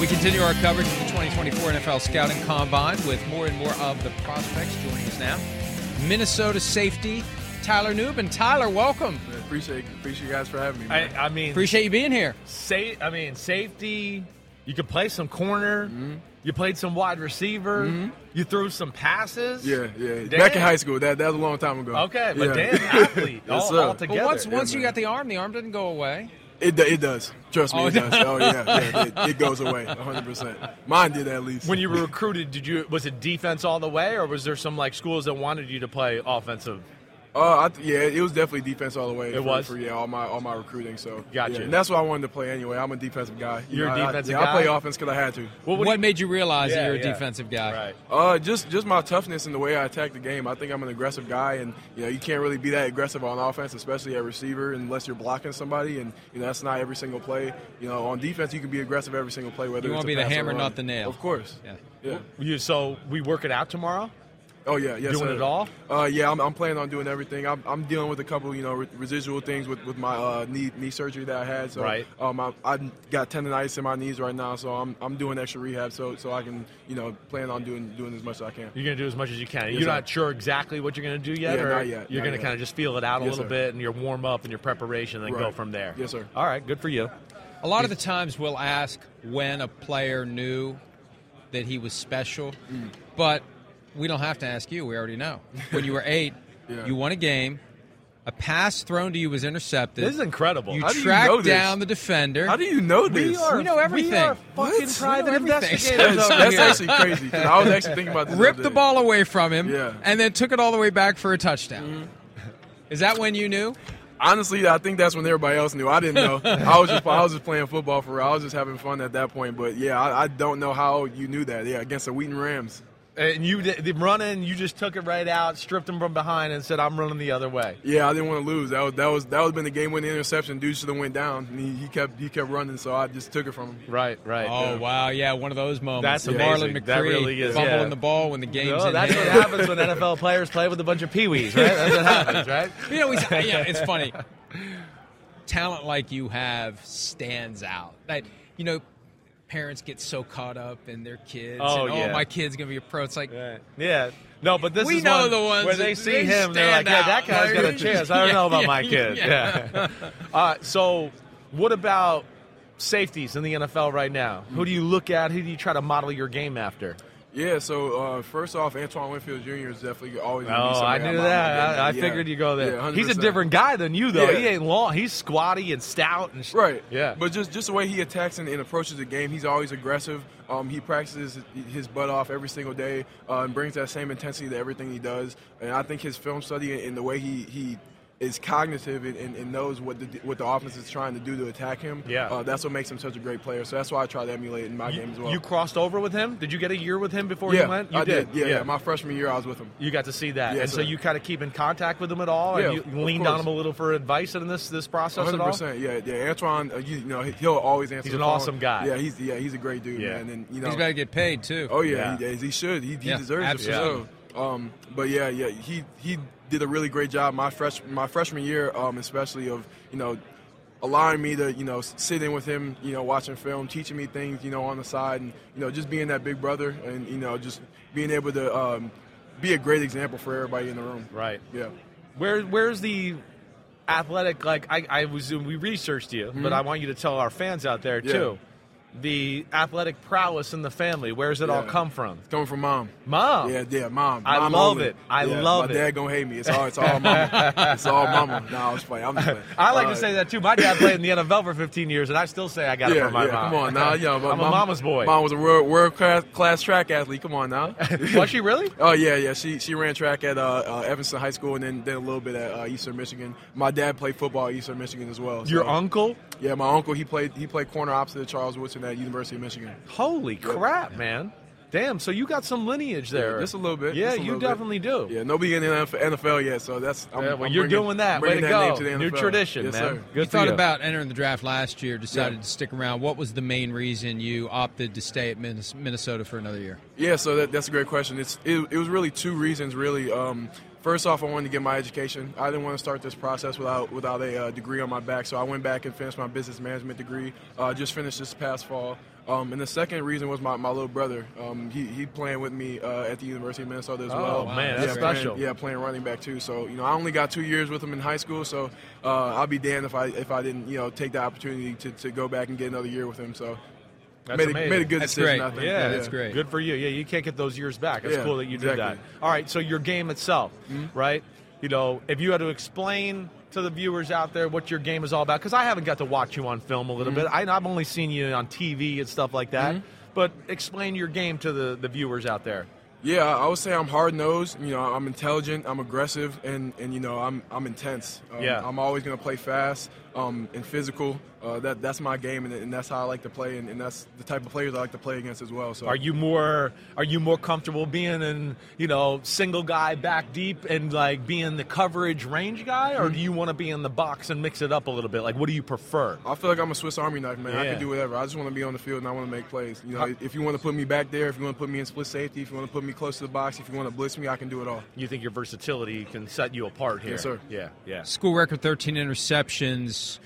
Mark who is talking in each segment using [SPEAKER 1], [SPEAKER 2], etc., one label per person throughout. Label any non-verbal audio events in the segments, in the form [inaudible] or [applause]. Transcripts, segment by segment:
[SPEAKER 1] We continue our coverage of the 2024 NFL Scouting Combine with more and more of the prospects joining us now. Minnesota safety Tyler Newbin. Tyler, welcome.
[SPEAKER 2] I appreciate appreciate you guys for having me.
[SPEAKER 3] I,
[SPEAKER 2] man.
[SPEAKER 3] I mean,
[SPEAKER 1] Appreciate you being here.
[SPEAKER 3] sa- I mean, safety. You could play some corner.
[SPEAKER 2] Mm-hmm.
[SPEAKER 3] You played some wide receiver. You threw some passes.
[SPEAKER 2] yeah, yeah.
[SPEAKER 3] Damn.
[SPEAKER 2] Back in high school, that that was a long time ago.
[SPEAKER 3] Okay,
[SPEAKER 2] [laughs]
[SPEAKER 3] but
[SPEAKER 2] Yeah.
[SPEAKER 3] damn athlete
[SPEAKER 2] Yes,
[SPEAKER 3] all,
[SPEAKER 2] sir.
[SPEAKER 3] all
[SPEAKER 1] But
[SPEAKER 3] together.
[SPEAKER 1] once
[SPEAKER 2] yeah,
[SPEAKER 1] once you
[SPEAKER 2] man.
[SPEAKER 1] got the arm, the arm doesn't go away.
[SPEAKER 2] it do- it does. Trust me,
[SPEAKER 1] Oh,
[SPEAKER 2] it
[SPEAKER 1] it
[SPEAKER 2] does. Oh yeah, yeah it, it goes away, 100. percent Mine did at least.
[SPEAKER 3] when you were recruited, did you was it defense all the way, or was there some like schools that wanted you to play offensive?
[SPEAKER 2] Uh, I th- yeah, it was definitely defense all the way.
[SPEAKER 3] It
[SPEAKER 2] for,
[SPEAKER 3] was?
[SPEAKER 2] for yeah, all my all my recruiting. So
[SPEAKER 3] Gotcha.
[SPEAKER 2] Yeah, and that's what I wanted to play anyway. I'm a defensive guy. You
[SPEAKER 3] You're a
[SPEAKER 2] I- I-
[SPEAKER 3] defensive
[SPEAKER 2] yeah, I play
[SPEAKER 3] guy?
[SPEAKER 2] offense because I had to.
[SPEAKER 1] What,
[SPEAKER 3] would you-
[SPEAKER 1] made you realize that
[SPEAKER 3] Yeah,
[SPEAKER 1] you're a
[SPEAKER 3] yeah.
[SPEAKER 1] defensive guy?
[SPEAKER 3] Right.
[SPEAKER 2] Uh, just just my toughness and the way I attack the game. I think I'm an aggressive guy, and you know you can't really be that aggressive on offense, especially at receiver, unless you're blocking somebody. And you know that's not every single play. You know on defense you can be aggressive every single play. Whether
[SPEAKER 1] You
[SPEAKER 2] want
[SPEAKER 1] wanna
[SPEAKER 2] to
[SPEAKER 1] be the hammer, not the nail.
[SPEAKER 2] Of course.
[SPEAKER 1] Yeah.
[SPEAKER 2] Yeah.
[SPEAKER 3] You so we work it out tomorrow.
[SPEAKER 2] Oh yeah, yes.
[SPEAKER 3] Doing
[SPEAKER 2] sir.
[SPEAKER 3] it all?
[SPEAKER 2] Uh, yeah, I'm, I'm planning on doing everything. I'm, I'm dealing with a couple, you know, re- residual things with, with my uh, knee knee surgery that I had. So,
[SPEAKER 3] Right.
[SPEAKER 2] Um, I, I got tendonitis in my knees right now, so I'm, I'm doing extra rehab so so I can, you know, plan on doing doing as much as I can.
[SPEAKER 3] You're gonna do as much as you can.
[SPEAKER 2] Yes,
[SPEAKER 3] you're
[SPEAKER 2] sir.
[SPEAKER 3] not sure exactly what you're gonna do yet,
[SPEAKER 2] Yeah,
[SPEAKER 3] or
[SPEAKER 2] not yet,
[SPEAKER 3] you're
[SPEAKER 2] not
[SPEAKER 3] gonna
[SPEAKER 2] yet.
[SPEAKER 3] kind of just feel it out a
[SPEAKER 2] Yes,
[SPEAKER 3] little
[SPEAKER 2] sir.
[SPEAKER 3] bit and your warm up and your preparation, and then go
[SPEAKER 2] Right.
[SPEAKER 3] from there.
[SPEAKER 2] Yes, sir.
[SPEAKER 3] All right, good for you.
[SPEAKER 1] A lot of the times we'll ask when a player knew that he was special,
[SPEAKER 3] Hmm.
[SPEAKER 1] but we don't have to ask you. We already know. When
[SPEAKER 3] [laughs]
[SPEAKER 1] you were eight,
[SPEAKER 2] Yeah.
[SPEAKER 1] you won a game. A pass thrown to you was intercepted.
[SPEAKER 3] This is incredible.
[SPEAKER 1] You
[SPEAKER 2] How do you
[SPEAKER 1] tracked
[SPEAKER 2] know this?
[SPEAKER 1] down the defender.
[SPEAKER 2] How do you know
[SPEAKER 3] We
[SPEAKER 2] this?
[SPEAKER 3] are-
[SPEAKER 1] We know everything.
[SPEAKER 3] We are
[SPEAKER 2] What?
[SPEAKER 3] fucking private [laughs]
[SPEAKER 1] We know everything.
[SPEAKER 3] investigators
[SPEAKER 2] That's,
[SPEAKER 3] over
[SPEAKER 2] that's
[SPEAKER 3] here.
[SPEAKER 2] actually crazy. 'cause I was actually thinking about this.
[SPEAKER 1] ripped
[SPEAKER 2] other
[SPEAKER 1] the
[SPEAKER 2] day.
[SPEAKER 1] ball away from him
[SPEAKER 2] Yeah.
[SPEAKER 1] and then took it all the way back for a touchdown.
[SPEAKER 3] Mm-hmm.
[SPEAKER 1] Is that when you knew?
[SPEAKER 2] Honestly, I think that's when everybody else knew. I didn't
[SPEAKER 3] [laughs]
[SPEAKER 2] know. I was just I was just playing football for real. I was just having fun at that point. But yeah, I, I don't know how you knew that. Yeah, against the Wheaton Rams.
[SPEAKER 3] And you did, the running, you just took it right out, stripped him from behind, and said, "I'm running the other way."
[SPEAKER 2] Yeah, I didn't want to lose. That was that was that was been the game winning interception. Dude should have went down. And he, he kept he kept running, so I just took it from him.
[SPEAKER 3] Right, right.
[SPEAKER 1] Oh
[SPEAKER 3] [laughs] Yeah.
[SPEAKER 1] wow, yeah, one of those moments.
[SPEAKER 3] That's
[SPEAKER 1] The
[SPEAKER 3] amazing.
[SPEAKER 1] Marlon McCree
[SPEAKER 3] That really is,
[SPEAKER 1] fumbling
[SPEAKER 3] yeah.
[SPEAKER 1] the ball when the game's
[SPEAKER 3] No,
[SPEAKER 1] in
[SPEAKER 3] that's what
[SPEAKER 1] hand.
[SPEAKER 3] happens when NFL players play with a bunch of peewees, right? That's what happens, right?
[SPEAKER 1] You know, he's, yeah, it's funny. Talent like you have stands out. That you know, parents get so caught up in their kids.
[SPEAKER 3] Oh,
[SPEAKER 1] and,
[SPEAKER 3] yeah.
[SPEAKER 1] oh, my kid's gonna be a pro. It's like
[SPEAKER 3] Right. [laughs] Yeah. No, but this
[SPEAKER 1] We
[SPEAKER 3] is
[SPEAKER 1] know
[SPEAKER 3] one
[SPEAKER 1] the ones
[SPEAKER 3] where they
[SPEAKER 1] that-
[SPEAKER 3] see
[SPEAKER 1] they
[SPEAKER 3] him, they're
[SPEAKER 1] stand
[SPEAKER 3] like, "Yeah, that
[SPEAKER 1] out."
[SPEAKER 3] guy's got a
[SPEAKER 1] Like,
[SPEAKER 3] chance." I don't know about
[SPEAKER 1] yeah,
[SPEAKER 3] my
[SPEAKER 1] yeah,
[SPEAKER 3] kid. [laughs] Yeah. [laughs]
[SPEAKER 1] yeah.
[SPEAKER 3] Uh, so, what about safeties in the NFL right now? Who do you look at? Who do you try to model your game after?
[SPEAKER 2] Yeah, so uh, first off, Antoine Winfield Jr. is definitely always. gonna be
[SPEAKER 3] Oh, I
[SPEAKER 2] somebody
[SPEAKER 3] knew
[SPEAKER 2] I'm- I'm
[SPEAKER 3] that.
[SPEAKER 2] getting-
[SPEAKER 3] I, I
[SPEAKER 2] yeah.
[SPEAKER 3] figured you go there.
[SPEAKER 2] Yeah,
[SPEAKER 3] He's a
[SPEAKER 2] 100%.
[SPEAKER 3] different guy than you, though.
[SPEAKER 2] Yeah.
[SPEAKER 3] He ain't long. He's squatty and stout and sh-
[SPEAKER 2] Right.
[SPEAKER 3] Yeah.
[SPEAKER 2] But just just the way he attacks and, and approaches the game, he's always aggressive. Um, he practices his butt off every single day uh, and brings that same intensity to everything he does. And I think his film study and, and the way he he is cognitive and, and, and knows what the what the offense is trying to do to attack him.
[SPEAKER 3] Yeah.
[SPEAKER 2] Uh, that's what makes him such a great player. So that's why I try to emulate in my
[SPEAKER 3] you,
[SPEAKER 2] game as well.
[SPEAKER 3] you crossed over with him. Did you get a year with him before
[SPEAKER 2] yeah,
[SPEAKER 3] you went? You
[SPEAKER 2] I did. Yeah, yeah, my freshman year I was with him.
[SPEAKER 3] you got to see that,
[SPEAKER 2] Yes,
[SPEAKER 3] and so
[SPEAKER 2] sir.
[SPEAKER 3] you kind of keep in contact with him at all,
[SPEAKER 2] Yeah,
[SPEAKER 3] and you
[SPEAKER 2] of- of
[SPEAKER 3] leaned on
[SPEAKER 2] course.
[SPEAKER 3] him a little for advice in this this process
[SPEAKER 2] Hundred
[SPEAKER 3] at all.
[SPEAKER 2] percent, yeah, yeah. Antoine, uh, you, you know, he- he'll always answer.
[SPEAKER 3] He's
[SPEAKER 2] the
[SPEAKER 3] an
[SPEAKER 2] phone.
[SPEAKER 3] awesome guy.
[SPEAKER 2] Yeah, he's yeah, he's a great dude,
[SPEAKER 3] Yeah.
[SPEAKER 2] man. And you know,
[SPEAKER 1] he's about to get paid too.
[SPEAKER 2] Oh yeah,
[SPEAKER 3] Yeah.
[SPEAKER 2] He, he should. He, he
[SPEAKER 1] Yeah,
[SPEAKER 2] deserves
[SPEAKER 1] absolutely.
[SPEAKER 2] it for sure. Um, but yeah, yeah, he he did a really great job my fresh my freshman year, um, especially of you know allowing me to you know s- sit in with him, you know, watching film, teaching me things, you know, on the side, and you know, just being that big brother, and you know, just being able to um, be a great example for everybody in the room.
[SPEAKER 3] Right.
[SPEAKER 2] Yeah.
[SPEAKER 3] Where where's the athletic like I, I was we researched you, but I want you to tell our fans out there
[SPEAKER 2] Hmm? Yeah.
[SPEAKER 3] too. the athletic prowess in the family? Where does it all
[SPEAKER 2] Yeah.
[SPEAKER 3] come from?
[SPEAKER 2] It's coming from mom.
[SPEAKER 3] Mom.
[SPEAKER 2] Yeah, yeah, mom.
[SPEAKER 3] I
[SPEAKER 2] Mom
[SPEAKER 3] love
[SPEAKER 2] only.
[SPEAKER 3] it. I
[SPEAKER 2] Yeah,
[SPEAKER 3] love
[SPEAKER 2] my
[SPEAKER 3] it.
[SPEAKER 2] My dad gonna hate me. It's all. It's all
[SPEAKER 3] [laughs]
[SPEAKER 2] mama. it's all mama. No, I was playing. I'm just playing.
[SPEAKER 3] I like
[SPEAKER 2] Uh,
[SPEAKER 3] to say that too. My dad played in the NFL for 15 years, and I still say I got it
[SPEAKER 2] Yeah,
[SPEAKER 3] from my
[SPEAKER 2] yeah.
[SPEAKER 3] mom.
[SPEAKER 2] Come on now,
[SPEAKER 3] [laughs]
[SPEAKER 2] yeah. but
[SPEAKER 3] I'm a
[SPEAKER 2] mom-
[SPEAKER 3] mama's boy.
[SPEAKER 2] Mom was a world world class, class track athlete. Come on
[SPEAKER 3] [laughs]
[SPEAKER 2] now.
[SPEAKER 3] Was
[SPEAKER 2] [laughs]
[SPEAKER 3] she really?
[SPEAKER 2] Oh yeah, yeah. She she ran track at uh, uh, Evanston High School and then then a little bit at uh, Eastern Michigan. My dad played football at Eastern Michigan as well. so-
[SPEAKER 3] Your uncle?
[SPEAKER 2] Yeah, my uncle. He played he played corner opposite of Charles Woodson at University of Michigan.
[SPEAKER 3] Holy crap, man! Damn. So you got some lineage there.
[SPEAKER 2] Just a little bit.
[SPEAKER 3] Yeah,
[SPEAKER 2] just a
[SPEAKER 3] you
[SPEAKER 2] little bit.
[SPEAKER 3] definitely do.
[SPEAKER 2] Yeah, nobody in the NFL yet, so that's. I'm,
[SPEAKER 3] Yeah, well,
[SPEAKER 2] I'm
[SPEAKER 3] you're
[SPEAKER 2] bringing-
[SPEAKER 3] doing that. Way
[SPEAKER 2] bringing
[SPEAKER 3] to
[SPEAKER 2] that
[SPEAKER 3] go.
[SPEAKER 2] name to the
[SPEAKER 3] New
[SPEAKER 2] NFL.
[SPEAKER 3] tradition,
[SPEAKER 2] Yes,
[SPEAKER 3] man.
[SPEAKER 2] sir.
[SPEAKER 3] Good
[SPEAKER 1] you
[SPEAKER 3] for
[SPEAKER 1] thought
[SPEAKER 3] you.
[SPEAKER 1] about entering the draft last year, decided
[SPEAKER 2] Yeah.
[SPEAKER 1] to stick around. What was the main reason you opted to stay at Minnes- Minnesota for another year?
[SPEAKER 2] Yeah, so that, that's a great question. It's it, it was really two reasons, really. Um, first off, I wanted to get my education. I didn't want to start this process without without a uh, degree on my back, so I went back and finished my business management degree. Uh, just finished this past fall. Um, and the second reason was my, my little brother. Um, he he playing with me uh, at the University of Minnesota as
[SPEAKER 3] Oh,
[SPEAKER 2] well.
[SPEAKER 3] man,
[SPEAKER 2] yeah,
[SPEAKER 3] that's
[SPEAKER 2] playing-
[SPEAKER 3] special.
[SPEAKER 2] yeah, playing running back too. So you know, I only got two years with him in high school. So uh, I'll be damned if I if I didn't you know take the opportunity to, to go back and get another year with him. So
[SPEAKER 3] That's
[SPEAKER 2] made a,
[SPEAKER 3] amazing.
[SPEAKER 2] made a good
[SPEAKER 1] That's
[SPEAKER 2] decision.
[SPEAKER 1] great.
[SPEAKER 2] I think.
[SPEAKER 3] Yeah,
[SPEAKER 1] that's great.
[SPEAKER 3] Good for you. Yeah, you can't get those years back. It's
[SPEAKER 2] Yeah,
[SPEAKER 3] cool that you did that.
[SPEAKER 2] exactly. Mm-hmm.
[SPEAKER 3] All right, so your game itself, right? You know, if you had to explain to the viewers out there what your game is all about, because I haven't got to watch you on film a
[SPEAKER 2] Mm-hmm.
[SPEAKER 3] little bit. I, I've only seen you on TV and stuff like that. But explain your game to the, the viewers out there.
[SPEAKER 2] Yeah, I would say I'm hard nosed. You know, I'm intelligent, I'm aggressive, and, and you know, I'm I'm intense. Um,
[SPEAKER 3] Yeah.
[SPEAKER 2] I'm always gonna play fast um, and physical. Uh, that that's my game, and, and that's how I like to play, and, and that's the type of players I like to play against as well. So
[SPEAKER 3] Are you more are you more comfortable being in you know single guy back deep and like being the coverage range guy,
[SPEAKER 2] Mm-hmm.
[SPEAKER 3] or do you want to be in the box and mix it up a little bit? Like, what do you prefer?
[SPEAKER 2] I feel like I'm a Swiss Army knife, man. I
[SPEAKER 3] Yeah.
[SPEAKER 2] can do whatever. I just want to be on the field and I want to make plays. You know,
[SPEAKER 3] How-
[SPEAKER 2] if you want to put me back there, if you want to put me in split safety, if you want to put me close to the box, if you want to blitz me, I can do it all.
[SPEAKER 3] You think your versatility can set you apart here?
[SPEAKER 2] Yes, sir.
[SPEAKER 3] Yeah, yeah.
[SPEAKER 1] School record 13 interceptions.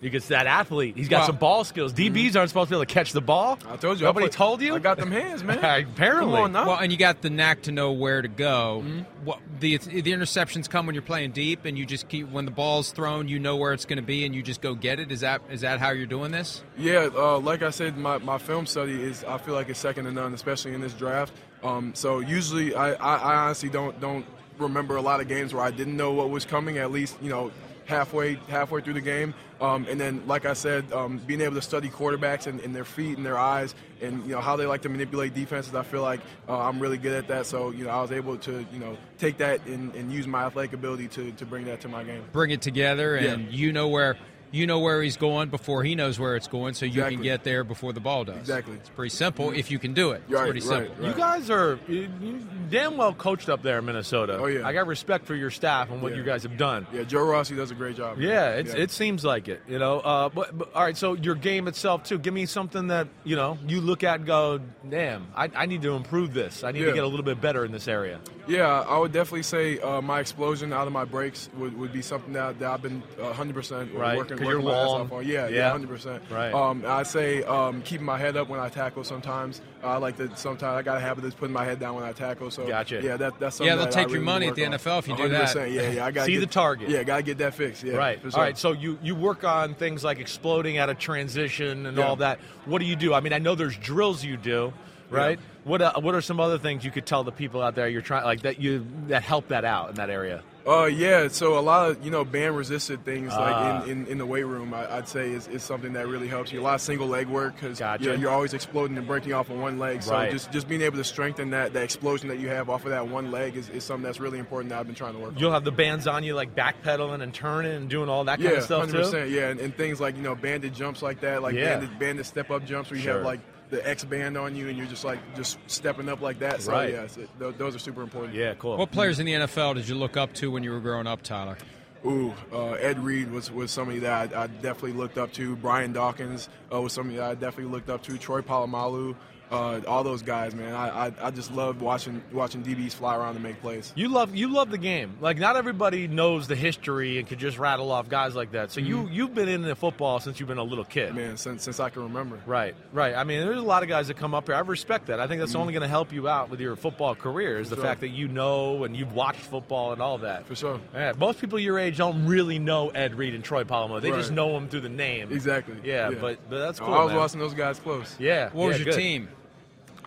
[SPEAKER 3] Because that athlete, he's got
[SPEAKER 1] Wow.
[SPEAKER 3] some ball skills. DBs aren't supposed to be able to catch the ball.
[SPEAKER 2] mm-hmm. I told you. I
[SPEAKER 3] Nobody
[SPEAKER 2] play-
[SPEAKER 3] told you.
[SPEAKER 2] I got them hands, man.
[SPEAKER 3] [laughs] Apparently.
[SPEAKER 2] Come on now.
[SPEAKER 1] Well, and you got the knack to know where to go. What the the interceptions come when you're playing deep, and you just keep when the ball's thrown, you know where it's going to be, and you just go get it. Is that is that how you're doing this?
[SPEAKER 2] Yeah, uh, like I said, my, my film study is I feel like it's second to none, especially in this draft. Um, so usually I, I, I honestly don't don't remember a lot of games where I didn't know what was coming. At least you know halfway halfway through the game, um, and then like I said, um, being able to study quarterbacks and, and their feet and their eyes and you know how they like to manipulate defenses. I feel like uh, I'm really good at that. So you know I was able to you know take that and, and use my athletic ability to, to bring that to my game.
[SPEAKER 1] Bring it together, and
[SPEAKER 2] Yeah.
[SPEAKER 1] you know where you know where he's going before he knows where it's going, so you can
[SPEAKER 2] Exactly.
[SPEAKER 1] get there before the ball does.
[SPEAKER 2] Exactly.
[SPEAKER 1] It's pretty simple if you can do it. It's
[SPEAKER 2] Right,
[SPEAKER 1] pretty
[SPEAKER 2] right,
[SPEAKER 1] simple.
[SPEAKER 2] right.
[SPEAKER 3] You guys are you, you damn well coached up there in Minnesota.
[SPEAKER 2] Oh, yeah.
[SPEAKER 3] I got respect for your staff and what
[SPEAKER 2] Yeah.
[SPEAKER 3] you guys have done.
[SPEAKER 2] Yeah, Joe Rossi does a great job.
[SPEAKER 3] Yeah, it's, it seems like it, you know. Uh, but, but all right, so your game itself too. Give me something that you know you look at and go, damn, I, I need to improve this. I need to
[SPEAKER 2] Yeah.
[SPEAKER 3] get a little bit better in this area.
[SPEAKER 2] Yeah, I would definitely say uh, my explosion out of my breaks would, would be something that, that I've been uh, 100%
[SPEAKER 3] Right,
[SPEAKER 2] working, working
[SPEAKER 3] 'cause you're
[SPEAKER 2] my ass
[SPEAKER 3] long.
[SPEAKER 2] off on. Yeah,
[SPEAKER 3] Yeah.
[SPEAKER 2] yeah, 100%.
[SPEAKER 3] Right.
[SPEAKER 2] Um, I say um, keeping my head up when I tackle sometimes. I like to sometimes, I got a habit of just putting my head down when I tackle. So,
[SPEAKER 3] Gotcha.
[SPEAKER 2] Yeah, that, that's something
[SPEAKER 1] Yeah, they'll
[SPEAKER 2] that I
[SPEAKER 1] take your
[SPEAKER 2] really
[SPEAKER 1] money
[SPEAKER 2] work
[SPEAKER 1] at the
[SPEAKER 2] on.
[SPEAKER 1] NFL if you do that.
[SPEAKER 2] 100%, Yeah, yeah, I got
[SPEAKER 3] See the target.
[SPEAKER 2] Yeah, got to get that fixed. Yeah, uh,
[SPEAKER 3] Right.
[SPEAKER 2] for
[SPEAKER 3] All
[SPEAKER 2] sure.
[SPEAKER 3] right. So you you work on things like exploding out of transition and
[SPEAKER 2] Yeah.
[SPEAKER 3] all that. What do you do? I mean, I know there's drills you do, right? What uh, What are some other things you could tell the people out there you're trying like that you that help that out in that area?
[SPEAKER 2] Uh, yeah, so a lot of you know band resisted things
[SPEAKER 3] Ah.
[SPEAKER 2] like in, in, in the weight room, I, I'd say is, is something that really helps you. A lot of single leg work because
[SPEAKER 3] Gotcha.
[SPEAKER 2] you know, you're always exploding and breaking off on one leg. So
[SPEAKER 3] Right.
[SPEAKER 2] just just being able to strengthen that that explosion that you have off of that one leg is, is something that's really important that I've been trying to work on.
[SPEAKER 3] You'll have the bands on you, like backpedaling and turning and doing all that
[SPEAKER 2] Yeah,
[SPEAKER 3] kind of stuff
[SPEAKER 2] hundred
[SPEAKER 3] too.
[SPEAKER 2] percent. Yeah, and, and things like you know banded jumps like that, like
[SPEAKER 3] Yeah.
[SPEAKER 2] banded, banded step up jumps where you
[SPEAKER 3] Sure.
[SPEAKER 2] have like the X band on you and you're just like just stepping up like that. So
[SPEAKER 3] Right.
[SPEAKER 2] yeah, so th- those are super important.
[SPEAKER 3] Yeah, cool.
[SPEAKER 1] What players in the NFL did you look up to when you were growing up, Tyler?
[SPEAKER 2] Ooh, uh, Ed Reed was, was somebody that I, I definitely looked up to. Brian Dawkins uh, was somebody that I definitely looked up to. Troy Polamalu. uh, all those guys, man. I, I, I just love watching watching DBs fly around and make plays.
[SPEAKER 3] You love you love the game. Like not everybody knows the history and could just rattle off guys like that.
[SPEAKER 2] Mm-hmm.
[SPEAKER 3] So you you've been into football since you've been a little kid.
[SPEAKER 2] Man, since since I can remember.
[SPEAKER 3] Right, right. I mean, there's a lot of guys that come up here. I respect that. I think that's only going to help you out with your football career is the
[SPEAKER 2] Sure.
[SPEAKER 3] fact that you know and you've watched football and all that.
[SPEAKER 2] For sure.
[SPEAKER 3] Yeah, most people your age don't really know Ed Reed and Troy Polamalu. They just
[SPEAKER 2] Right.
[SPEAKER 3] know them through the name.
[SPEAKER 2] Exactly.
[SPEAKER 3] Yeah, but but that's cool.
[SPEAKER 2] I was
[SPEAKER 3] man.
[SPEAKER 2] watching those guys close.
[SPEAKER 3] Yeah.
[SPEAKER 1] What
[SPEAKER 3] yeah,
[SPEAKER 1] was your
[SPEAKER 3] good.
[SPEAKER 1] team?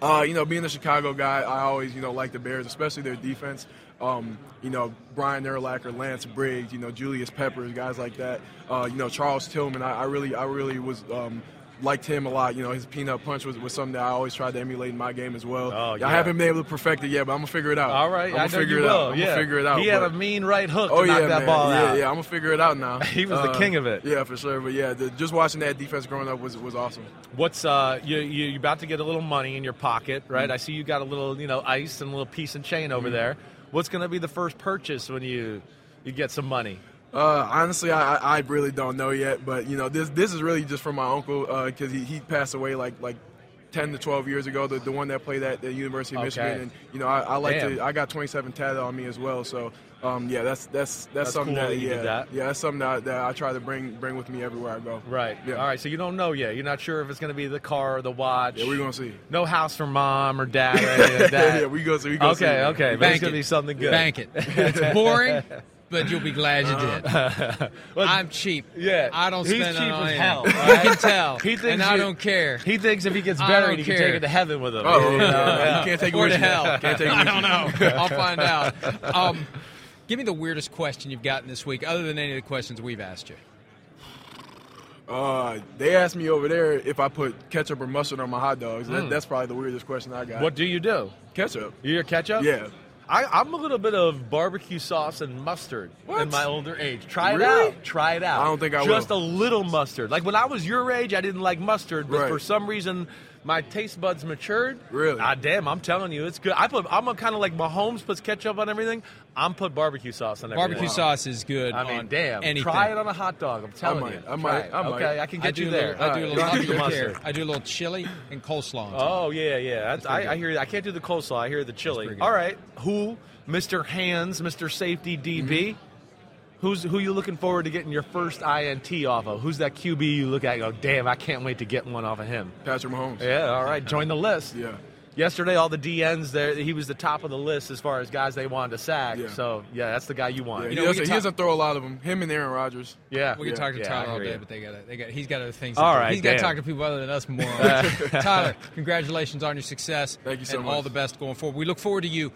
[SPEAKER 2] Uh, you know, being a Chicago guy, I always, you know, like the Bears, especially their defense. Um, you know, Brian Urlacher, Lance Briggs, you know, Julius Peppers, guys like that. Uh, you know, Charles Tillman. I, I really, I really was um, liked him a lot. You know, his peanut punch was, was something that I always tried to emulate in my game as well.
[SPEAKER 3] Oh,
[SPEAKER 2] I
[SPEAKER 3] yeah.
[SPEAKER 2] haven't been able to perfect it yet, but I'm gonna figure it out.
[SPEAKER 3] All right,
[SPEAKER 2] I'm gonna
[SPEAKER 3] I know
[SPEAKER 2] figure
[SPEAKER 3] you
[SPEAKER 2] it
[SPEAKER 3] will.
[SPEAKER 2] out. I'm
[SPEAKER 3] yeah.
[SPEAKER 2] gonna figure it out.
[SPEAKER 3] He had
[SPEAKER 2] but-
[SPEAKER 3] a mean right hook
[SPEAKER 2] Oh
[SPEAKER 3] to
[SPEAKER 2] yeah,
[SPEAKER 3] knock that
[SPEAKER 2] man.
[SPEAKER 3] ball
[SPEAKER 2] yeah,
[SPEAKER 3] out.
[SPEAKER 2] yeah. I'm gonna figure it out now.
[SPEAKER 3] [laughs]
[SPEAKER 2] Uh,
[SPEAKER 3] He was the king of it.
[SPEAKER 2] Yeah, for sure. But yeah, the, just watching that defense growing up was was awesome.
[SPEAKER 3] What's uh you you you about to get a little money in your pocket, right?
[SPEAKER 2] Mm-hmm.
[SPEAKER 3] I see you got a little you know ice and a little piece and chain over there. What's going to be the first purchase when you you get some money?
[SPEAKER 2] Uh, honestly, I, I I really don't know yet, but you know this this is really just from my uncle because he, he passed away like like ten to twelve years ago. The, the one that played at the University of
[SPEAKER 3] Okay.
[SPEAKER 2] Michigan, and you know I, I like
[SPEAKER 3] Damn.
[SPEAKER 2] to I got twenty seven tatted on me as well. So um, yeah, that's that's that's,
[SPEAKER 3] That's
[SPEAKER 2] something
[SPEAKER 3] cool that
[SPEAKER 2] that
[SPEAKER 3] you
[SPEAKER 2] yeah
[SPEAKER 3] did that.
[SPEAKER 2] yeah that's something that, that I try to bring bring with me everywhere I go.
[SPEAKER 3] Right.
[SPEAKER 2] Yeah.
[SPEAKER 3] All right. So you don't know yet. You're not sure if it's going to be the car or the watch.
[SPEAKER 2] Yeah, we're gonna see.
[SPEAKER 3] no house for mom or dad
[SPEAKER 2] [laughs]
[SPEAKER 3] or anything like that.
[SPEAKER 2] yeah, we go see. We go see.
[SPEAKER 3] okay. Okay. But it's
[SPEAKER 1] Bank it.
[SPEAKER 3] going to be something good.
[SPEAKER 1] Bank it.
[SPEAKER 3] [laughs]
[SPEAKER 1] It's boring, but you'll be glad you did.
[SPEAKER 3] Well,
[SPEAKER 1] I'm cheap.
[SPEAKER 3] Uh-huh. Yeah.
[SPEAKER 1] I don't
[SPEAKER 3] He's
[SPEAKER 1] spend
[SPEAKER 3] cheap
[SPEAKER 1] on
[SPEAKER 3] as
[SPEAKER 1] anything.
[SPEAKER 3] hell,
[SPEAKER 1] You
[SPEAKER 3] right?
[SPEAKER 1] can tell.
[SPEAKER 3] He thinks
[SPEAKER 1] and I
[SPEAKER 3] you-
[SPEAKER 1] don't care.
[SPEAKER 3] He thinks if he gets
[SPEAKER 1] I don't
[SPEAKER 3] buried, he can
[SPEAKER 1] care.
[SPEAKER 3] take it to heaven with him.
[SPEAKER 2] Oh,
[SPEAKER 3] You know?
[SPEAKER 2] yeah,
[SPEAKER 3] Yeah.
[SPEAKER 2] you can't take it
[SPEAKER 1] or
[SPEAKER 2] with
[SPEAKER 1] to
[SPEAKER 2] you.
[SPEAKER 1] hell.
[SPEAKER 2] Can't
[SPEAKER 1] [laughs]
[SPEAKER 2] take it
[SPEAKER 1] I
[SPEAKER 2] with
[SPEAKER 1] don't
[SPEAKER 2] you.
[SPEAKER 3] [laughs]
[SPEAKER 1] know. I'll find out. Um, give me the weirdest question you've gotten this week, other than any of the questions we've asked you.
[SPEAKER 2] [laughs] Uh, they asked me over there if I put ketchup or mustard on my hot dogs. That, that's probably the weirdest question I got.
[SPEAKER 3] Hmm. What do you do?
[SPEAKER 2] ketchup?
[SPEAKER 3] You're ketchup?
[SPEAKER 2] Yeah.
[SPEAKER 3] I, I'm a little bit of barbecue sauce and mustard in
[SPEAKER 2] What?
[SPEAKER 3] my older age. Try
[SPEAKER 2] Really?
[SPEAKER 3] it out. Try it out.
[SPEAKER 2] I don't think I
[SPEAKER 3] Just
[SPEAKER 2] will.
[SPEAKER 3] a little mustard. Like when I was your age, I didn't like mustard, but
[SPEAKER 2] Right.
[SPEAKER 3] for some reason, my taste buds matured.
[SPEAKER 2] Really?
[SPEAKER 3] Ah, damn! I'm telling you, it's good. I put. I'm kind of like Mahomes puts ketchup on everything. I'm put barbecue sauce on everything.
[SPEAKER 1] Barbecue sauce is good.
[SPEAKER 3] I mean,
[SPEAKER 1] on
[SPEAKER 3] damn!
[SPEAKER 1] Anything.
[SPEAKER 3] Try it on a hot dog. I'm telling
[SPEAKER 2] might,
[SPEAKER 3] you.
[SPEAKER 2] I
[SPEAKER 3] Try
[SPEAKER 2] might,
[SPEAKER 3] it.
[SPEAKER 2] I might.
[SPEAKER 3] Okay, I can get
[SPEAKER 1] I do
[SPEAKER 3] you
[SPEAKER 1] a
[SPEAKER 3] there.
[SPEAKER 1] little- I do a little.
[SPEAKER 3] I'll
[SPEAKER 1] I
[SPEAKER 3] get you
[SPEAKER 1] do, a
[SPEAKER 3] mustard.
[SPEAKER 1] little I do a little chili and coleslaw. on top.
[SPEAKER 3] Oh yeah, yeah. That's, I, I hear. that. I can't do the coleslaw. I hear the chili. All right. Who? Mr. Hands, Mr. Safety DB. Who's who? You looking forward to getting your first INT off of? Who's that QB you look at? and go, damn! I can't wait to get one off of him.
[SPEAKER 2] Patrick Mahomes.
[SPEAKER 3] Yeah. All right. Join the [laughs] list.
[SPEAKER 2] Yeah.
[SPEAKER 3] Yesterday, all the DNs there. He was the top of the list as far as guys they wanted to sack.
[SPEAKER 2] Yeah.
[SPEAKER 3] So yeah, that's the guy you
[SPEAKER 2] Yeah,
[SPEAKER 3] want.
[SPEAKER 2] he,
[SPEAKER 1] know, we
[SPEAKER 2] doesn't,
[SPEAKER 1] could
[SPEAKER 2] he
[SPEAKER 1] talk-
[SPEAKER 2] doesn't throw a lot of them. Him and Aaron Rodgers.
[SPEAKER 3] Yeah.
[SPEAKER 1] We can talk to
[SPEAKER 3] Yeah,
[SPEAKER 1] Tyler
[SPEAKER 3] I
[SPEAKER 1] all
[SPEAKER 3] hear
[SPEAKER 1] day,
[SPEAKER 3] you.
[SPEAKER 1] but they got they got he's got other things.
[SPEAKER 3] All
[SPEAKER 1] to
[SPEAKER 3] right,
[SPEAKER 1] do. he's got to
[SPEAKER 3] damn.
[SPEAKER 1] talk to people other than us
[SPEAKER 3] [laughs]
[SPEAKER 1] more. Tyler, congratulations on your success.
[SPEAKER 2] Thank you so
[SPEAKER 1] and
[SPEAKER 2] much.
[SPEAKER 1] all the best going forward. We look forward to you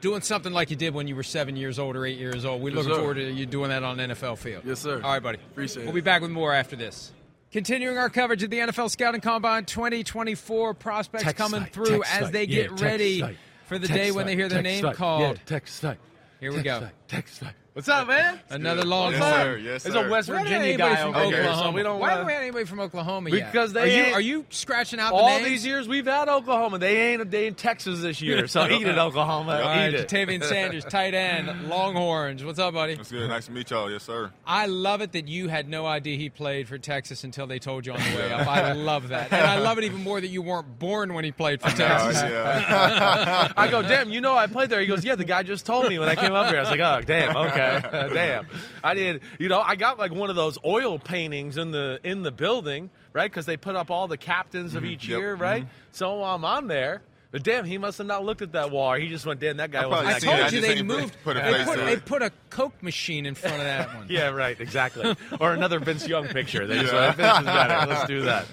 [SPEAKER 1] doing something like you did when you were seven years old or eight years old. We
[SPEAKER 2] Yes,
[SPEAKER 1] look
[SPEAKER 2] sir.
[SPEAKER 1] forward to you doing that on an NFL field.
[SPEAKER 2] Yes, sir.
[SPEAKER 1] All right, buddy.
[SPEAKER 2] Appreciate
[SPEAKER 1] We'll
[SPEAKER 2] it.
[SPEAKER 1] be back with more after this. Continuing our coverage of the NFL Scouting Combine 2024 prospects
[SPEAKER 3] Text
[SPEAKER 1] coming
[SPEAKER 3] site,
[SPEAKER 1] through
[SPEAKER 3] text
[SPEAKER 1] as
[SPEAKER 3] site,
[SPEAKER 1] they
[SPEAKER 3] yeah,
[SPEAKER 1] get
[SPEAKER 3] text
[SPEAKER 1] ready
[SPEAKER 3] site,
[SPEAKER 1] for the
[SPEAKER 3] text
[SPEAKER 1] day when
[SPEAKER 3] site,
[SPEAKER 1] they hear their
[SPEAKER 3] text
[SPEAKER 1] name
[SPEAKER 3] site,
[SPEAKER 1] called.
[SPEAKER 3] Yeah, text site.
[SPEAKER 1] Here we
[SPEAKER 3] text
[SPEAKER 1] go.
[SPEAKER 3] Site, text site. What's up, man?
[SPEAKER 1] Another long
[SPEAKER 2] Yes,
[SPEAKER 1] time.
[SPEAKER 2] sir. Yes,
[SPEAKER 3] It's
[SPEAKER 2] sir.
[SPEAKER 3] a West
[SPEAKER 1] Why don't
[SPEAKER 3] Virginia
[SPEAKER 1] anybody
[SPEAKER 3] guy
[SPEAKER 1] from
[SPEAKER 3] over here,
[SPEAKER 1] Oklahoma.
[SPEAKER 3] so we
[SPEAKER 1] Why
[SPEAKER 3] don't. wanna-
[SPEAKER 1] haven't we had anybody from Oklahoma yet?
[SPEAKER 3] Because they
[SPEAKER 1] are you,
[SPEAKER 3] ain't-
[SPEAKER 1] are you scratching out the
[SPEAKER 3] all
[SPEAKER 1] names?
[SPEAKER 3] these years we've had Oklahoma. They ain't they in Texas this year, so eat it, Oklahoma.
[SPEAKER 1] All right,
[SPEAKER 3] eat it.
[SPEAKER 1] Jatavian
[SPEAKER 4] [laughs]
[SPEAKER 1] Sanders, tight end, Longhorns. What's up, buddy?
[SPEAKER 4] It's good. Nice to meet y'all. Yes,
[SPEAKER 3] [laughs]
[SPEAKER 4] sir.
[SPEAKER 1] I love it that you had no idea he played for Texas until they told you on the way up. I love that, and I love it even more that you weren't born when he played for Texas.
[SPEAKER 4] Uh, yeah.
[SPEAKER 3] I go, damn, you know I played there. He goes, yeah, the guy just told me when I came up here. I was like, oh, damn, okay, [laughs] damn. I did, you know, I got like one of those oil paintings in the in the building, right? Because they put up all the captains of each
[SPEAKER 4] yep,
[SPEAKER 3] year, right? So um, I'm there. But damn, he must have not looked at that wall. He just went, damn, that guy
[SPEAKER 4] I
[SPEAKER 3] wasn't
[SPEAKER 4] probably
[SPEAKER 3] that
[SPEAKER 1] I
[SPEAKER 4] See,
[SPEAKER 3] good."
[SPEAKER 4] I
[SPEAKER 1] told you
[SPEAKER 4] just
[SPEAKER 1] they
[SPEAKER 4] ain't put-
[SPEAKER 1] moved.
[SPEAKER 4] put a
[SPEAKER 1] they,
[SPEAKER 4] face
[SPEAKER 1] put,
[SPEAKER 4] to
[SPEAKER 1] they
[SPEAKER 4] it.
[SPEAKER 1] put a Coke machine in front of
[SPEAKER 4] [laughs]
[SPEAKER 1] that one.
[SPEAKER 3] Yeah, right, exactly. or another Vince Young picture. They just
[SPEAKER 4] Yeah.
[SPEAKER 3] went, Vince is better. Let's do
[SPEAKER 4] [laughs]
[SPEAKER 3] that.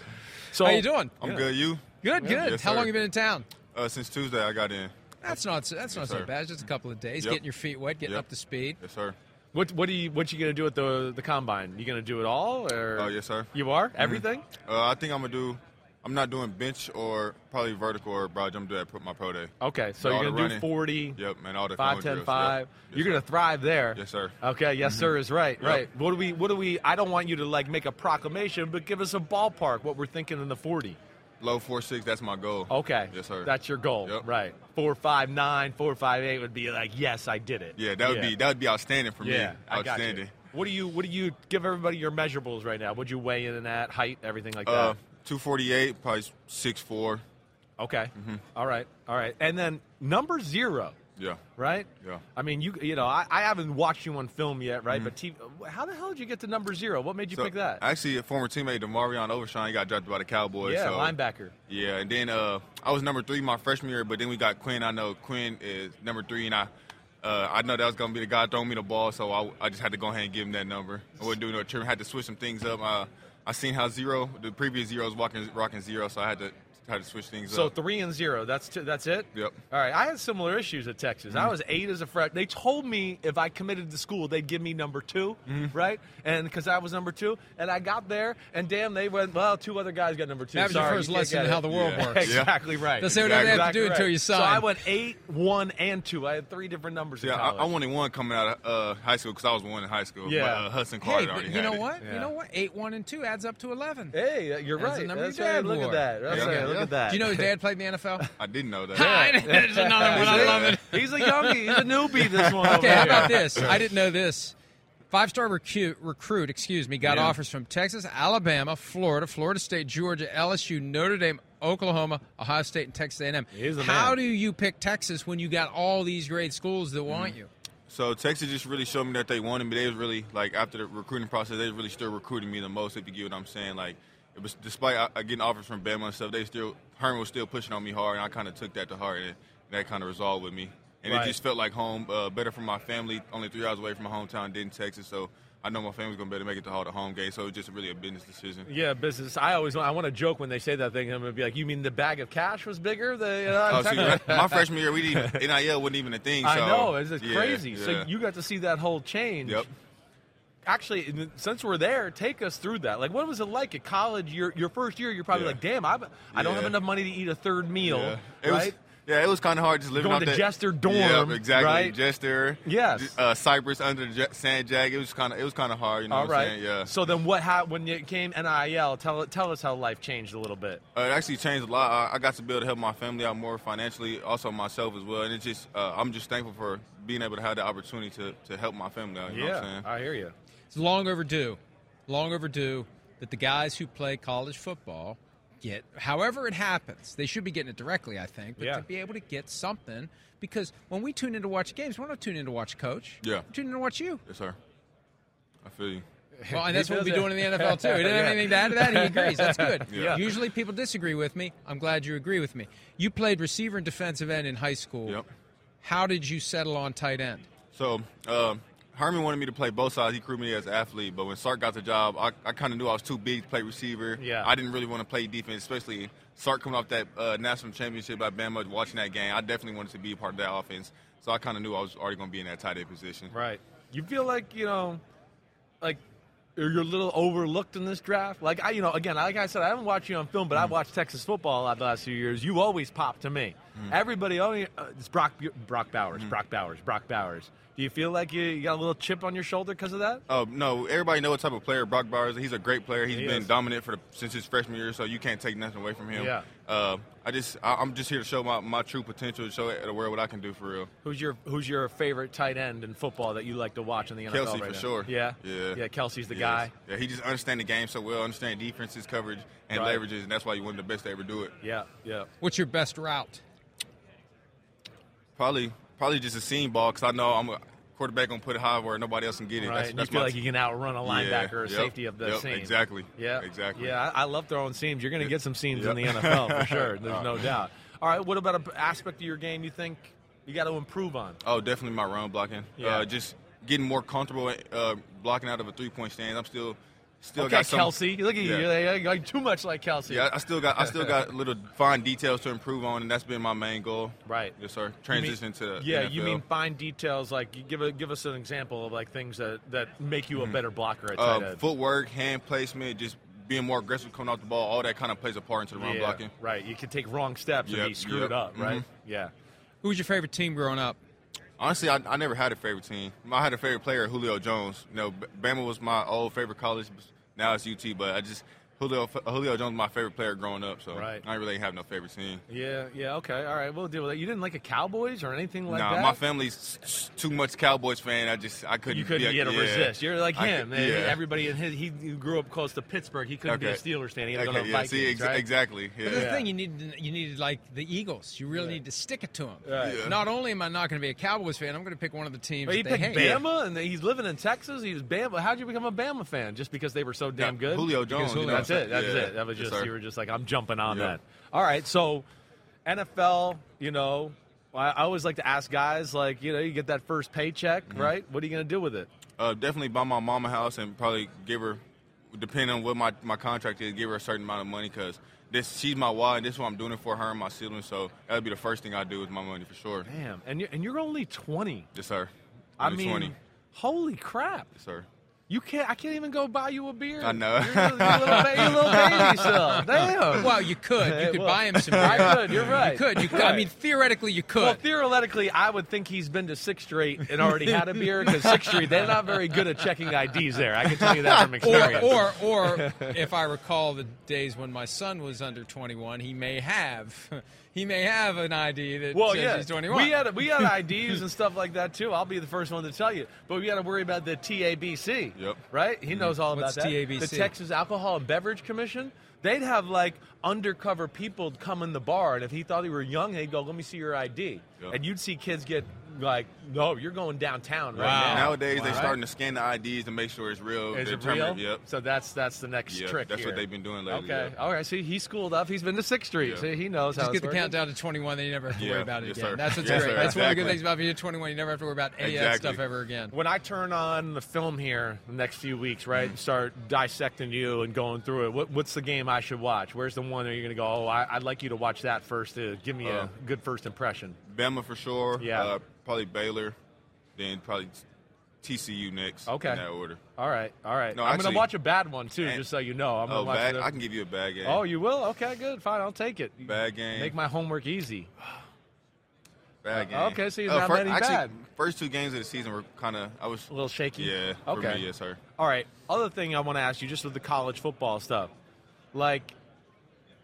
[SPEAKER 3] So
[SPEAKER 1] How you doing?
[SPEAKER 4] I'm good. You?
[SPEAKER 1] Good, good.
[SPEAKER 4] Yes,
[SPEAKER 1] How
[SPEAKER 4] sir.
[SPEAKER 1] long you been in town?
[SPEAKER 4] Uh, since Tuesday, I got in.
[SPEAKER 1] That's not so- that's not so
[SPEAKER 4] sir.
[SPEAKER 1] bad. Just a couple of days,
[SPEAKER 4] Yep.
[SPEAKER 1] getting your feet wet, getting
[SPEAKER 4] Yep.
[SPEAKER 1] up to speed.
[SPEAKER 4] Yes, sir.
[SPEAKER 3] What what do you what you gonna do at the the combine? You gonna do it all or?
[SPEAKER 4] Oh, yes, sir.
[SPEAKER 3] You are everything.
[SPEAKER 4] Uh, I think I'm gonna do. I'm not doing bench or probably vertical or broad jump. Do that. Put my pro day.
[SPEAKER 3] Okay, so
[SPEAKER 4] All
[SPEAKER 3] you're
[SPEAKER 4] the
[SPEAKER 3] gonna do
[SPEAKER 4] running.
[SPEAKER 3] forty,
[SPEAKER 4] Yep, and all the
[SPEAKER 3] Oh. five,
[SPEAKER 4] phone
[SPEAKER 3] ten,
[SPEAKER 4] drills.
[SPEAKER 3] five.
[SPEAKER 4] Yep. Yes,
[SPEAKER 3] You're
[SPEAKER 4] sir.
[SPEAKER 3] gonna Uh. thrive there.
[SPEAKER 4] Yes, sir. Mm-hmm.
[SPEAKER 3] Okay, yes, sir is right.
[SPEAKER 4] Yep.
[SPEAKER 3] Right. What do we what do we? I don't want you to like make a proclamation, but give us a ballpark what we're thinking in the forty.
[SPEAKER 4] low four six. That's my goal.
[SPEAKER 3] Okay.
[SPEAKER 4] Yes, sir.
[SPEAKER 3] That's your goal.
[SPEAKER 4] Yep.
[SPEAKER 3] Right. Four five nine, four five eight would be like, yes, I did it.
[SPEAKER 4] Yeah, that would be that would be outstanding for
[SPEAKER 3] Yeah,
[SPEAKER 4] me.
[SPEAKER 3] I got
[SPEAKER 4] Outstanding.
[SPEAKER 3] you. What do you what do you give everybody your measurables right now? Would you weigh in and at height, everything like that?
[SPEAKER 4] Uh, two forty eight, probably six four.
[SPEAKER 3] Okay. All right. All right. And then number zero,
[SPEAKER 4] Yeah.
[SPEAKER 3] right?
[SPEAKER 4] Yeah.
[SPEAKER 3] I mean, you you know, I, I haven't watched you on film yet, right? But TV, how the hell did you get to number zero? What made you
[SPEAKER 4] Mm-hmm. So,
[SPEAKER 3] pick that?
[SPEAKER 4] Actually, a former teammate, Demarion Overshine, he got drafted by the Cowboys.
[SPEAKER 3] yeah,
[SPEAKER 4] so,
[SPEAKER 3] linebacker.
[SPEAKER 4] Yeah, and then uh, I was number three my freshman year, but then we got Quinn. I know Quinn is number three, and I uh, I know that was gonna be the guy throwing me the ball, so I, I just had to go ahead and give him that number. I wouldn't do no trim. Had to switch some things up. Uh, I seen how zero the previous zero was walking rocking zero, so I had to had to switch things
[SPEAKER 3] So
[SPEAKER 4] up.
[SPEAKER 3] three and zero. That's t- that's it.
[SPEAKER 4] Yep. Mm-hmm.
[SPEAKER 3] All right. I had similar issues at Texas. I was eight as a freshman. They told me if I committed to school, they'd give me number 2
[SPEAKER 4] Mm-hmm.
[SPEAKER 3] right? And because I was number two, and I got there, and damn, they went. Well, two other guys got number two.
[SPEAKER 1] That was your
[SPEAKER 3] Sorry,
[SPEAKER 1] first
[SPEAKER 3] you can't
[SPEAKER 1] lesson
[SPEAKER 3] get
[SPEAKER 1] in how
[SPEAKER 3] it."
[SPEAKER 1] the world
[SPEAKER 4] Yeah.
[SPEAKER 1] works.
[SPEAKER 4] Exactly.
[SPEAKER 3] Exactly right.
[SPEAKER 1] They'll say whatever they have to
[SPEAKER 3] Exactly
[SPEAKER 1] do
[SPEAKER 3] right.
[SPEAKER 1] until you sign.
[SPEAKER 3] So I went eight, one, and two. I had three different numbers. in
[SPEAKER 4] yeah, I, I
[SPEAKER 3] college.
[SPEAKER 4] wanted one coming out of uh, high school because I was one in high school.
[SPEAKER 3] Yeah.
[SPEAKER 4] but, uh, Hudson Carter
[SPEAKER 1] Hey, but
[SPEAKER 4] already
[SPEAKER 1] you
[SPEAKER 4] had
[SPEAKER 1] know
[SPEAKER 4] it.
[SPEAKER 1] what? You
[SPEAKER 3] Yeah.
[SPEAKER 1] know what? Eight, one, and two adds up to eleven.
[SPEAKER 3] Hey, uh, you're
[SPEAKER 1] That's the
[SPEAKER 3] right.
[SPEAKER 1] number
[SPEAKER 3] That's
[SPEAKER 1] your
[SPEAKER 3] right.
[SPEAKER 1] dad
[SPEAKER 3] Look at
[SPEAKER 1] wore.
[SPEAKER 3] that. That's
[SPEAKER 4] Yeah.
[SPEAKER 3] right. Look
[SPEAKER 4] Yeah.
[SPEAKER 3] at that.
[SPEAKER 1] Do you know his dad played in the NFL?
[SPEAKER 4] I didn't know that.
[SPEAKER 1] Hi, There's another one. I love it.
[SPEAKER 3] [laughs] He's a youngie. He's a newbie. This one.
[SPEAKER 1] [laughs]
[SPEAKER 3] over
[SPEAKER 1] Okay, how
[SPEAKER 3] here.
[SPEAKER 1] about this? I didn't know this. Five star recruit, recruit, excuse me, got
[SPEAKER 4] Yeah.
[SPEAKER 1] offers from Texas, Alabama, Florida, Florida State, Georgia, LSU, Notre Dame, Oklahoma, Ohio State, and Texas A&M.
[SPEAKER 3] He's the
[SPEAKER 1] How
[SPEAKER 3] man.
[SPEAKER 1] do you pick Texas when you got all these great schools that want
[SPEAKER 3] Mm.
[SPEAKER 1] you?
[SPEAKER 4] So Texas just really showed me that they wanted me. They was really like after the recruiting process, they was really still recruiting me the most. If you get what I'm saying, like it was despite I, I getting offers from Bama and stuff, they still Herman was still pushing on me hard, and I kind of took that to heart, and that kind of resolved with me. And
[SPEAKER 3] Right.
[SPEAKER 4] it just felt like home, uh, better for my family. Only three hours away from my hometown, Denton, Texas. So I know my family's gonna better make it to all the home games. So it was just really a business decision.
[SPEAKER 3] Yeah, business. I always want, I want to joke when they say that thing. I'm gonna be like, "You mean the bag of cash was bigger?" The, you know,
[SPEAKER 4] [laughs] Oh, see,
[SPEAKER 3] technically-
[SPEAKER 4] my freshman year, we didn't NIL wasn't even a thing. So,
[SPEAKER 3] [laughs] I know it's just
[SPEAKER 4] yeah,
[SPEAKER 3] crazy. So
[SPEAKER 4] yeah.
[SPEAKER 3] you got to see that whole change.
[SPEAKER 4] Yep.
[SPEAKER 3] Actually, and since we're there, take us through that. Like, what was it like at college? Your your first year, you're probably
[SPEAKER 4] Yeah.
[SPEAKER 3] like, "Damn, I I don't
[SPEAKER 4] Yeah.
[SPEAKER 3] have enough money to eat a third meal."
[SPEAKER 4] Yeah. It
[SPEAKER 3] Right.
[SPEAKER 4] was, yeah, it was kind of hard just living
[SPEAKER 3] Going
[SPEAKER 4] off
[SPEAKER 3] to
[SPEAKER 4] that.
[SPEAKER 3] Jester dorm,
[SPEAKER 4] Yeah, exactly.
[SPEAKER 3] right?
[SPEAKER 4] Jester.
[SPEAKER 3] Yes.
[SPEAKER 4] J- Uh, Cypress under the J- sand jag. It was kind of it was kind of hard. You know
[SPEAKER 3] All
[SPEAKER 4] what I'm
[SPEAKER 3] right.
[SPEAKER 4] saying? Yeah.
[SPEAKER 3] So then, what happened when it came NIL? Tell tell us how life changed a little bit.
[SPEAKER 4] Uh, it actually changed a lot. I, I got to be able to help my family out more financially, also myself as well. And it's just uh, I'm just thankful for being able to have the opportunity to, to help my family out. You know what I'm saying?
[SPEAKER 3] I hear you.
[SPEAKER 1] It's long overdue, long overdue that the guys who play college football get, however it happens, they should be getting it directly, I think, but
[SPEAKER 3] Yeah.
[SPEAKER 1] to be able to get something because when we tune in to watch games, we're not tuning in to watch coach.
[SPEAKER 4] Yeah.
[SPEAKER 1] We're tuning in to watch
[SPEAKER 3] [laughs]
[SPEAKER 1] you.
[SPEAKER 4] yes, sir. I feel you.
[SPEAKER 1] Well, and that's
[SPEAKER 3] He
[SPEAKER 1] what we'll be
[SPEAKER 3] does
[SPEAKER 1] doing
[SPEAKER 3] it.
[SPEAKER 1] in the NFL
[SPEAKER 3] [laughs]
[SPEAKER 1] too. He didn't have
[SPEAKER 3] Yeah.
[SPEAKER 1] anything to add to that. He agrees. That's good.
[SPEAKER 4] [laughs] Yeah.
[SPEAKER 1] Usually people disagree with me. I'm glad you agree with me. You played receiver and defensive end in high school.
[SPEAKER 4] Yep.
[SPEAKER 1] How did you settle on tight end?
[SPEAKER 4] So um, Herman wanted me to play both sides. He recruited me as an athlete, but when Sark got the job, I, I kind of knew I was too big to play receiver.
[SPEAKER 3] Yeah.
[SPEAKER 4] I didn't really want to play defense, especially Sark coming off that uh, national championship at Bama, watching that game. I definitely wanted to be a part of that offense, so I kind of knew I was already going to be in that tight end position.
[SPEAKER 3] Right. You feel like you know, like you're you're a little overlooked in this draft. Like I, you know, again, like I said, I haven't watched you on film, but
[SPEAKER 4] Mm.
[SPEAKER 3] I've watched Texas football a lot the last few years. You always pop to me.
[SPEAKER 4] Mm.
[SPEAKER 3] Everybody, only uh, it's Brock, Brock Bowers, Brock Bowers, Brock Bowers. Do you feel like you, you got a little chip on your shoulder because of that?
[SPEAKER 4] Uh, no, everybody know what type of player Brock Bowers. is. He's a great player. He's
[SPEAKER 3] He
[SPEAKER 4] been
[SPEAKER 3] is.
[SPEAKER 4] dominant for the, since his freshman year, so you can't take nothing away from him.
[SPEAKER 3] Yeah.
[SPEAKER 4] Uh, I just, I, I'm just here to show my, my true potential, show the world what I can do for real.
[SPEAKER 3] Who's your Who's your favorite tight end in football that you like to watch in the NFL?
[SPEAKER 4] Kelsey
[SPEAKER 3] right
[SPEAKER 4] for
[SPEAKER 3] now?
[SPEAKER 4] sure.
[SPEAKER 3] Yeah.
[SPEAKER 4] yeah,
[SPEAKER 3] Yeah. Kelsey's the
[SPEAKER 4] Yes.
[SPEAKER 3] guy.
[SPEAKER 4] Yeah, he just understand the game so well, understand defenses, coverage, and
[SPEAKER 3] Right.
[SPEAKER 4] leverages, and that's why you one of the best to ever do it.
[SPEAKER 3] Yeah. Yeah.
[SPEAKER 1] What's your best route?
[SPEAKER 4] Probably, probably just a seam ball because I know I'm a quarterback gonna put it high where nobody else can get it.
[SPEAKER 3] Right.
[SPEAKER 4] That's,
[SPEAKER 3] and you
[SPEAKER 4] that's
[SPEAKER 3] feel
[SPEAKER 4] my
[SPEAKER 3] like you can outrun a linebacker or
[SPEAKER 4] yep,
[SPEAKER 3] safety of the
[SPEAKER 4] yep,
[SPEAKER 3] seam.
[SPEAKER 4] exactly.
[SPEAKER 3] Yeah.
[SPEAKER 4] Exactly.
[SPEAKER 3] Yeah, I, I love throwing seams. You're going to get some seams in the
[SPEAKER 4] Yeah. [laughs] Uh-huh.
[SPEAKER 3] NFL for sure. There's no doubt. All right, what about an aspect of your game you think you got to improve on?
[SPEAKER 4] Oh, definitely my run blocking.
[SPEAKER 3] Yeah.
[SPEAKER 4] Uh, just getting more comfortable uh, blocking out of a three point stand. I'm still, still
[SPEAKER 3] okay,
[SPEAKER 4] got some.
[SPEAKER 3] Kelsey. Look at you.
[SPEAKER 4] Yeah.
[SPEAKER 3] You're like, you're like too much like Kelsey.
[SPEAKER 4] Yeah, I- I still got I still got [laughs] little fine details to improve on, and that's been my main goal.
[SPEAKER 3] Right.
[SPEAKER 4] Yes, sir.
[SPEAKER 3] You mean-
[SPEAKER 4] Transition to
[SPEAKER 3] yeah. You
[SPEAKER 4] NFL.
[SPEAKER 3] mean fine details like you give a, give us an example of like things that, that make you a better blocker at tight
[SPEAKER 4] Mm-hmm. uh,
[SPEAKER 3] end.
[SPEAKER 4] footwork, hand placement, just being more aggressive coming off the ball, all that kind of plays a part into the run
[SPEAKER 3] Yeah,
[SPEAKER 4] blocking.
[SPEAKER 3] Right. You can take wrong steps
[SPEAKER 4] Yep,
[SPEAKER 3] and be screwed
[SPEAKER 4] yep.
[SPEAKER 3] up. Right.
[SPEAKER 4] Mhm.
[SPEAKER 3] Yeah.
[SPEAKER 1] Who was your favorite team growing up?
[SPEAKER 4] Honestly, I, I never had a favorite team. I had a favorite player, Julio Jones. You know, B- Bama was my old favorite college. Now it's UT, but I just Julio, Julio Jones was my favorite player growing up, so
[SPEAKER 3] Right.
[SPEAKER 4] I really have no favorite team.
[SPEAKER 3] Yeah, yeah, okay, all right, we'll deal with that. You didn't like a Cowboys or anything like
[SPEAKER 4] nah,
[SPEAKER 3] that?
[SPEAKER 4] my family's s- too much Cowboys fan. I just I couldn't.
[SPEAKER 3] You couldn't
[SPEAKER 4] be a-
[SPEAKER 3] get a
[SPEAKER 4] yeah.
[SPEAKER 3] resist. You're like
[SPEAKER 4] I
[SPEAKER 3] him.
[SPEAKER 4] could-
[SPEAKER 3] man.
[SPEAKER 4] yeah.
[SPEAKER 3] Everybody in his, he grew up close to Pittsburgh. He couldn't
[SPEAKER 4] Okay.
[SPEAKER 3] be a Steelers fan. He had to go
[SPEAKER 4] Okay,
[SPEAKER 3] to the
[SPEAKER 4] yeah,
[SPEAKER 3] Vikings,
[SPEAKER 4] see, ex-
[SPEAKER 3] right?
[SPEAKER 4] exactly. Yeah.
[SPEAKER 1] That's the thing you need. You need like the Eagles. You really need to stick it to them.
[SPEAKER 3] Right.
[SPEAKER 4] Yeah.
[SPEAKER 1] Not only am I not going to be a Cowboys fan, I'm going to pick one of the teams.
[SPEAKER 3] But he
[SPEAKER 1] that they
[SPEAKER 3] picked
[SPEAKER 1] hate.
[SPEAKER 3] Bama, and he's living in Texas. He was Bama. How'd you become a Bama fan? Just because they were so damn
[SPEAKER 4] Yeah,
[SPEAKER 3] good?
[SPEAKER 4] Julio Jones,
[SPEAKER 3] Because
[SPEAKER 4] you know
[SPEAKER 3] that's
[SPEAKER 4] what I'm
[SPEAKER 3] it. That's
[SPEAKER 4] saying? Yeah.
[SPEAKER 3] it. That was
[SPEAKER 4] Yes,
[SPEAKER 3] just
[SPEAKER 4] sir.
[SPEAKER 3] you were just like I'm jumping on
[SPEAKER 4] Yeah.
[SPEAKER 3] that. All right, so NFL. You know, I I always like to ask guys like you know you get that first paycheck,
[SPEAKER 4] Mm-hmm.
[SPEAKER 3] right? What are you gonna do with it?
[SPEAKER 4] Uh, definitely buy my mama house and probably give her, depending on what my, my contract is, give her a certain amount of money because this she's my wife. This is what I'm doing it for her and my siblings. So that would be the first thing I do with my money for sure.
[SPEAKER 3] Damn, and you're, and you're only 20.
[SPEAKER 4] Yes, sir.
[SPEAKER 3] I
[SPEAKER 4] Only
[SPEAKER 3] mean,
[SPEAKER 4] 20.
[SPEAKER 3] holy crap!
[SPEAKER 4] Yes, sir.
[SPEAKER 3] You can't. I can't even go buy you a beer.
[SPEAKER 4] I know.
[SPEAKER 3] You're, a little, ba- you're a
[SPEAKER 4] [laughs]
[SPEAKER 3] little baby still. Damn.
[SPEAKER 1] Well, you could. You
[SPEAKER 3] Hey,
[SPEAKER 1] could
[SPEAKER 3] well,
[SPEAKER 1] buy him
[SPEAKER 3] [laughs]
[SPEAKER 1] some.
[SPEAKER 3] I
[SPEAKER 1] beer.
[SPEAKER 3] could, you're right.
[SPEAKER 1] You could. You could. I
[SPEAKER 3] Right.
[SPEAKER 1] mean, theoretically, you could.
[SPEAKER 3] Well, theoretically, I would think he's been to Sixth Street and already had a beer because Sixth Street they're not very good at checking IDs there. I can tell you that from experience.
[SPEAKER 1] or, or,
[SPEAKER 3] [laughs]
[SPEAKER 1] or if I recall the days when my son was under 21, he may have, [laughs] he may have an ID that
[SPEAKER 3] well,
[SPEAKER 1] says
[SPEAKER 3] yeah,
[SPEAKER 1] he's 21.
[SPEAKER 3] we
[SPEAKER 1] [laughs]
[SPEAKER 3] had we had IDs and stuff like that too. I'll be the first one to tell you, but we got to worry about the TABC.
[SPEAKER 4] Yep.
[SPEAKER 3] Right? He knows all about
[SPEAKER 1] Mm-hmm. What's TABC?
[SPEAKER 3] that. The Texas Alcohol and Beverage Commission. They'd have like undercover people come in the bar, and if he thought he were young, they'd go, "Let me see your ID,"
[SPEAKER 4] Yep.
[SPEAKER 3] and you'd see kids get like, "No, you're going downtown right
[SPEAKER 1] Wow.
[SPEAKER 3] now."
[SPEAKER 4] Nowadays
[SPEAKER 3] Right?
[SPEAKER 4] they're starting to scan the IDs to make sure it's real.
[SPEAKER 3] Is
[SPEAKER 4] They
[SPEAKER 3] it
[SPEAKER 4] determine-
[SPEAKER 3] real?
[SPEAKER 4] Yep.
[SPEAKER 3] So that's that's the next
[SPEAKER 4] Yeah,
[SPEAKER 3] trick.
[SPEAKER 4] that's what
[SPEAKER 3] here.
[SPEAKER 4] they've been doing lately,
[SPEAKER 3] Okay.
[SPEAKER 4] yeah.
[SPEAKER 3] All right. See, he's schooled up. He's been to Sixth Street.
[SPEAKER 4] Yeah.
[SPEAKER 3] See, he knows how
[SPEAKER 1] just get
[SPEAKER 3] it's
[SPEAKER 1] the
[SPEAKER 3] working.
[SPEAKER 1] countdown to 21, then you never have to
[SPEAKER 4] Yeah,
[SPEAKER 1] worry about it
[SPEAKER 4] yes,
[SPEAKER 1] again.
[SPEAKER 4] sir.
[SPEAKER 1] That's what's
[SPEAKER 4] Yes,
[SPEAKER 1] great.
[SPEAKER 4] sir,
[SPEAKER 1] That's one of the good
[SPEAKER 4] exactly.
[SPEAKER 1] things about being 21. You never have to worry about any of that
[SPEAKER 4] Exactly.
[SPEAKER 1] stuff ever again.
[SPEAKER 3] When I turn on the film here in the next few weeks, right, and start dissecting you and going through it, what, what's the game I should watch? Where's the one that you're going to go, oh, I, I'd like you to watch that first to give me
[SPEAKER 4] Uh,
[SPEAKER 3] a good first impression?
[SPEAKER 4] Bama for sure.
[SPEAKER 3] Yeah.
[SPEAKER 4] Uh, probably Baylor, then probably TCU next.
[SPEAKER 3] Okay.
[SPEAKER 4] In that order.
[SPEAKER 3] All right. All right.
[SPEAKER 4] No,
[SPEAKER 3] I'm going
[SPEAKER 4] actually-
[SPEAKER 3] to watch a bad one, too,
[SPEAKER 4] And-
[SPEAKER 3] just so you know. I'm
[SPEAKER 4] oh,
[SPEAKER 3] going to watch
[SPEAKER 4] bag.
[SPEAKER 3] the-
[SPEAKER 4] I can give you a bad game.
[SPEAKER 3] Oh, you will? Okay, good. Fine. I'll take it.
[SPEAKER 4] Bad game.
[SPEAKER 3] Make my homework easy.
[SPEAKER 4] bad game.
[SPEAKER 3] Uh,
[SPEAKER 4] Uh,
[SPEAKER 3] okay, so he's not
[SPEAKER 4] fir-
[SPEAKER 3] many
[SPEAKER 4] actually,
[SPEAKER 3] bad.
[SPEAKER 4] First two games of the season were kind of I was
[SPEAKER 3] A little shaky?
[SPEAKER 4] Yeah.
[SPEAKER 3] Okay.
[SPEAKER 4] For me, yes, sir.
[SPEAKER 3] All right. Other thing I want to ask you, just with the college football stuff, like,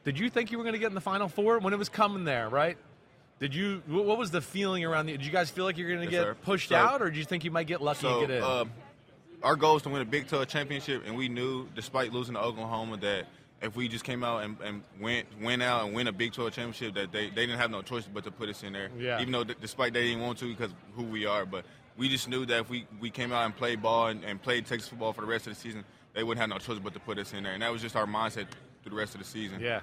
[SPEAKER 3] did you think you were going to get in the Final Four when it was coming there? Right? Did you? wh- What was the feeling around the? Did you guys feel like you're going to
[SPEAKER 4] Yes,
[SPEAKER 3] get
[SPEAKER 4] sir.
[SPEAKER 3] pushed
[SPEAKER 4] So-
[SPEAKER 3] out, or did you think you might get lucky
[SPEAKER 4] So
[SPEAKER 3] and get in?
[SPEAKER 4] um, our goal is to win a Big 12 championship, and we knew, despite losing to Oklahoma, that if we just came out and, and went went out and win a Big 12 championship, that they, they didn't have no choice but to put us in there.
[SPEAKER 3] Yeah.
[SPEAKER 4] Even though, d- despite they didn't want to because of who we are, but we just knew that if we, we came out and played ball and, and played Texas football for the rest of the season, they wouldn't have no choice but to put us in there, and that was just our mindset through the rest of the season.
[SPEAKER 3] yeah.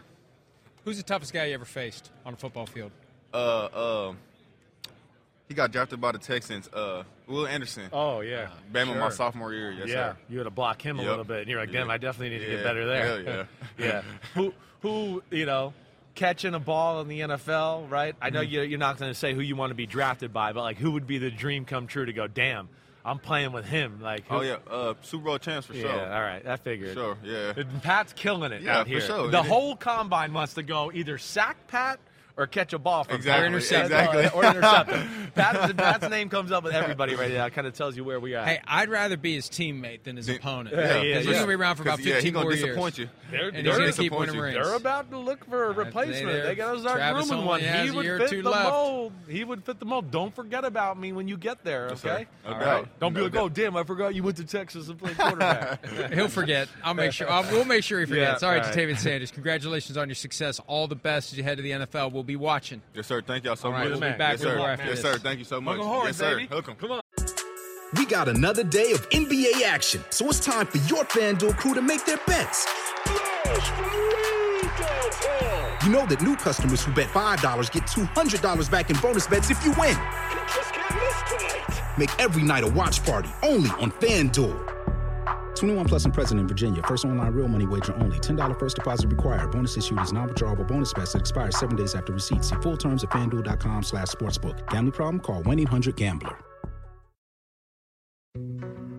[SPEAKER 1] Who's the toughest guy you ever faced on a football field?
[SPEAKER 4] Uh, um, he got drafted by the Texans. Uh, Will Anderson.
[SPEAKER 3] Oh yeah.
[SPEAKER 4] Bama my
[SPEAKER 3] Sure.
[SPEAKER 4] sophomore year. Yes,
[SPEAKER 3] yeah,
[SPEAKER 4] sir.
[SPEAKER 3] you had to block him a
[SPEAKER 4] Yep.
[SPEAKER 3] little bit, and you're like,
[SPEAKER 4] Yeah.
[SPEAKER 3] "Damn, I definitely need to get
[SPEAKER 4] Yeah.
[SPEAKER 3] better there." [laughs]
[SPEAKER 4] Hell yeah.
[SPEAKER 3] yeah. Who, who, you know, catching a ball in the NFL, right? I
[SPEAKER 4] Mm-hmm.
[SPEAKER 3] know you- you're not going to say who you want to be drafted by, but like, who would be the dream come true to go? Damn, I'm playing with him. Like, who,
[SPEAKER 4] Oh yeah, uh, Super Bowl champs for
[SPEAKER 3] yeah.
[SPEAKER 4] sure.
[SPEAKER 3] All right, that figured.
[SPEAKER 4] Sure, yeah.
[SPEAKER 3] And Pat's killing it
[SPEAKER 4] Yeah,
[SPEAKER 3] out
[SPEAKER 4] for
[SPEAKER 3] here.
[SPEAKER 4] sure.
[SPEAKER 3] The
[SPEAKER 4] It is.
[SPEAKER 3] whole combine wants to go either sack Pat or catch a ball from
[SPEAKER 4] Exactly,
[SPEAKER 3] Pat.
[SPEAKER 4] Intercept. exactly.
[SPEAKER 3] Or intercept
[SPEAKER 4] [laughs]
[SPEAKER 3] him. Pat's, Pat's name comes up with everybody right now. It kind of tells you where we
[SPEAKER 1] [laughs]
[SPEAKER 3] are.
[SPEAKER 1] Hey, I'd rather be his teammate than his opponent.
[SPEAKER 3] yeah, yeah.
[SPEAKER 1] He's going to be around for about
[SPEAKER 4] 'Cause, yeah,
[SPEAKER 1] 15
[SPEAKER 4] he gonna
[SPEAKER 1] more
[SPEAKER 4] disappoint
[SPEAKER 1] years.
[SPEAKER 4] you.
[SPEAKER 3] They're-
[SPEAKER 1] And he's
[SPEAKER 3] they're
[SPEAKER 1] going to keep
[SPEAKER 4] disappoint
[SPEAKER 1] winning
[SPEAKER 4] you.
[SPEAKER 1] rings.
[SPEAKER 3] They're about to look for a
[SPEAKER 1] they-
[SPEAKER 3] replacement. They,
[SPEAKER 1] they're-
[SPEAKER 3] got Ozark
[SPEAKER 1] Travis
[SPEAKER 3] Grumman
[SPEAKER 1] only
[SPEAKER 3] one.
[SPEAKER 1] has
[SPEAKER 3] He
[SPEAKER 1] a
[SPEAKER 3] would
[SPEAKER 1] year or
[SPEAKER 3] fit
[SPEAKER 1] two
[SPEAKER 3] the
[SPEAKER 1] left.
[SPEAKER 3] mold. He would fit the mold. Don't forget about me when you get there,
[SPEAKER 4] Yes, sir.
[SPEAKER 3] okay?
[SPEAKER 4] No
[SPEAKER 3] All
[SPEAKER 4] doubt.
[SPEAKER 3] Don't be
[SPEAKER 4] No
[SPEAKER 3] like,
[SPEAKER 4] doubt.
[SPEAKER 3] oh, damn, I forgot you went to Texas and
[SPEAKER 4] [laughs]
[SPEAKER 3] played quarterback.
[SPEAKER 1] He'll forget. I'll make sure. i we'll make sure he forgets.
[SPEAKER 3] Yeah,
[SPEAKER 1] all right,
[SPEAKER 3] all right.
[SPEAKER 1] Jatavian Sanders. Congratulations on your success. All the best as you head to the NFL. We'll be watching.
[SPEAKER 4] Yes, sir. Thank y'all so
[SPEAKER 1] All right,
[SPEAKER 4] much.
[SPEAKER 1] we'll be
[SPEAKER 4] yes,
[SPEAKER 1] back with
[SPEAKER 4] sir.
[SPEAKER 1] more after
[SPEAKER 4] yes,
[SPEAKER 1] this.
[SPEAKER 4] sir. Thank you so much.
[SPEAKER 3] Hook 'em hard,
[SPEAKER 4] yes, sir.
[SPEAKER 3] baby.
[SPEAKER 4] Hook 'em.
[SPEAKER 3] Come on.
[SPEAKER 5] We got another day of NBA action, so it's time for your FanDuel crew to make their bets. You know that new customers who bet $5 get $200 back in bonus bets if you win. Make every night a watch party only on FanDuel. 21 plus and present in Virginia. First online real money wager only. $10 first deposit required. Bonus issued is non-withdrawable bonus bets that expire seven days after receipt. See full terms at fanduel.com slash sportsbook. Gambling problem? Call 1-800-GAMBLER.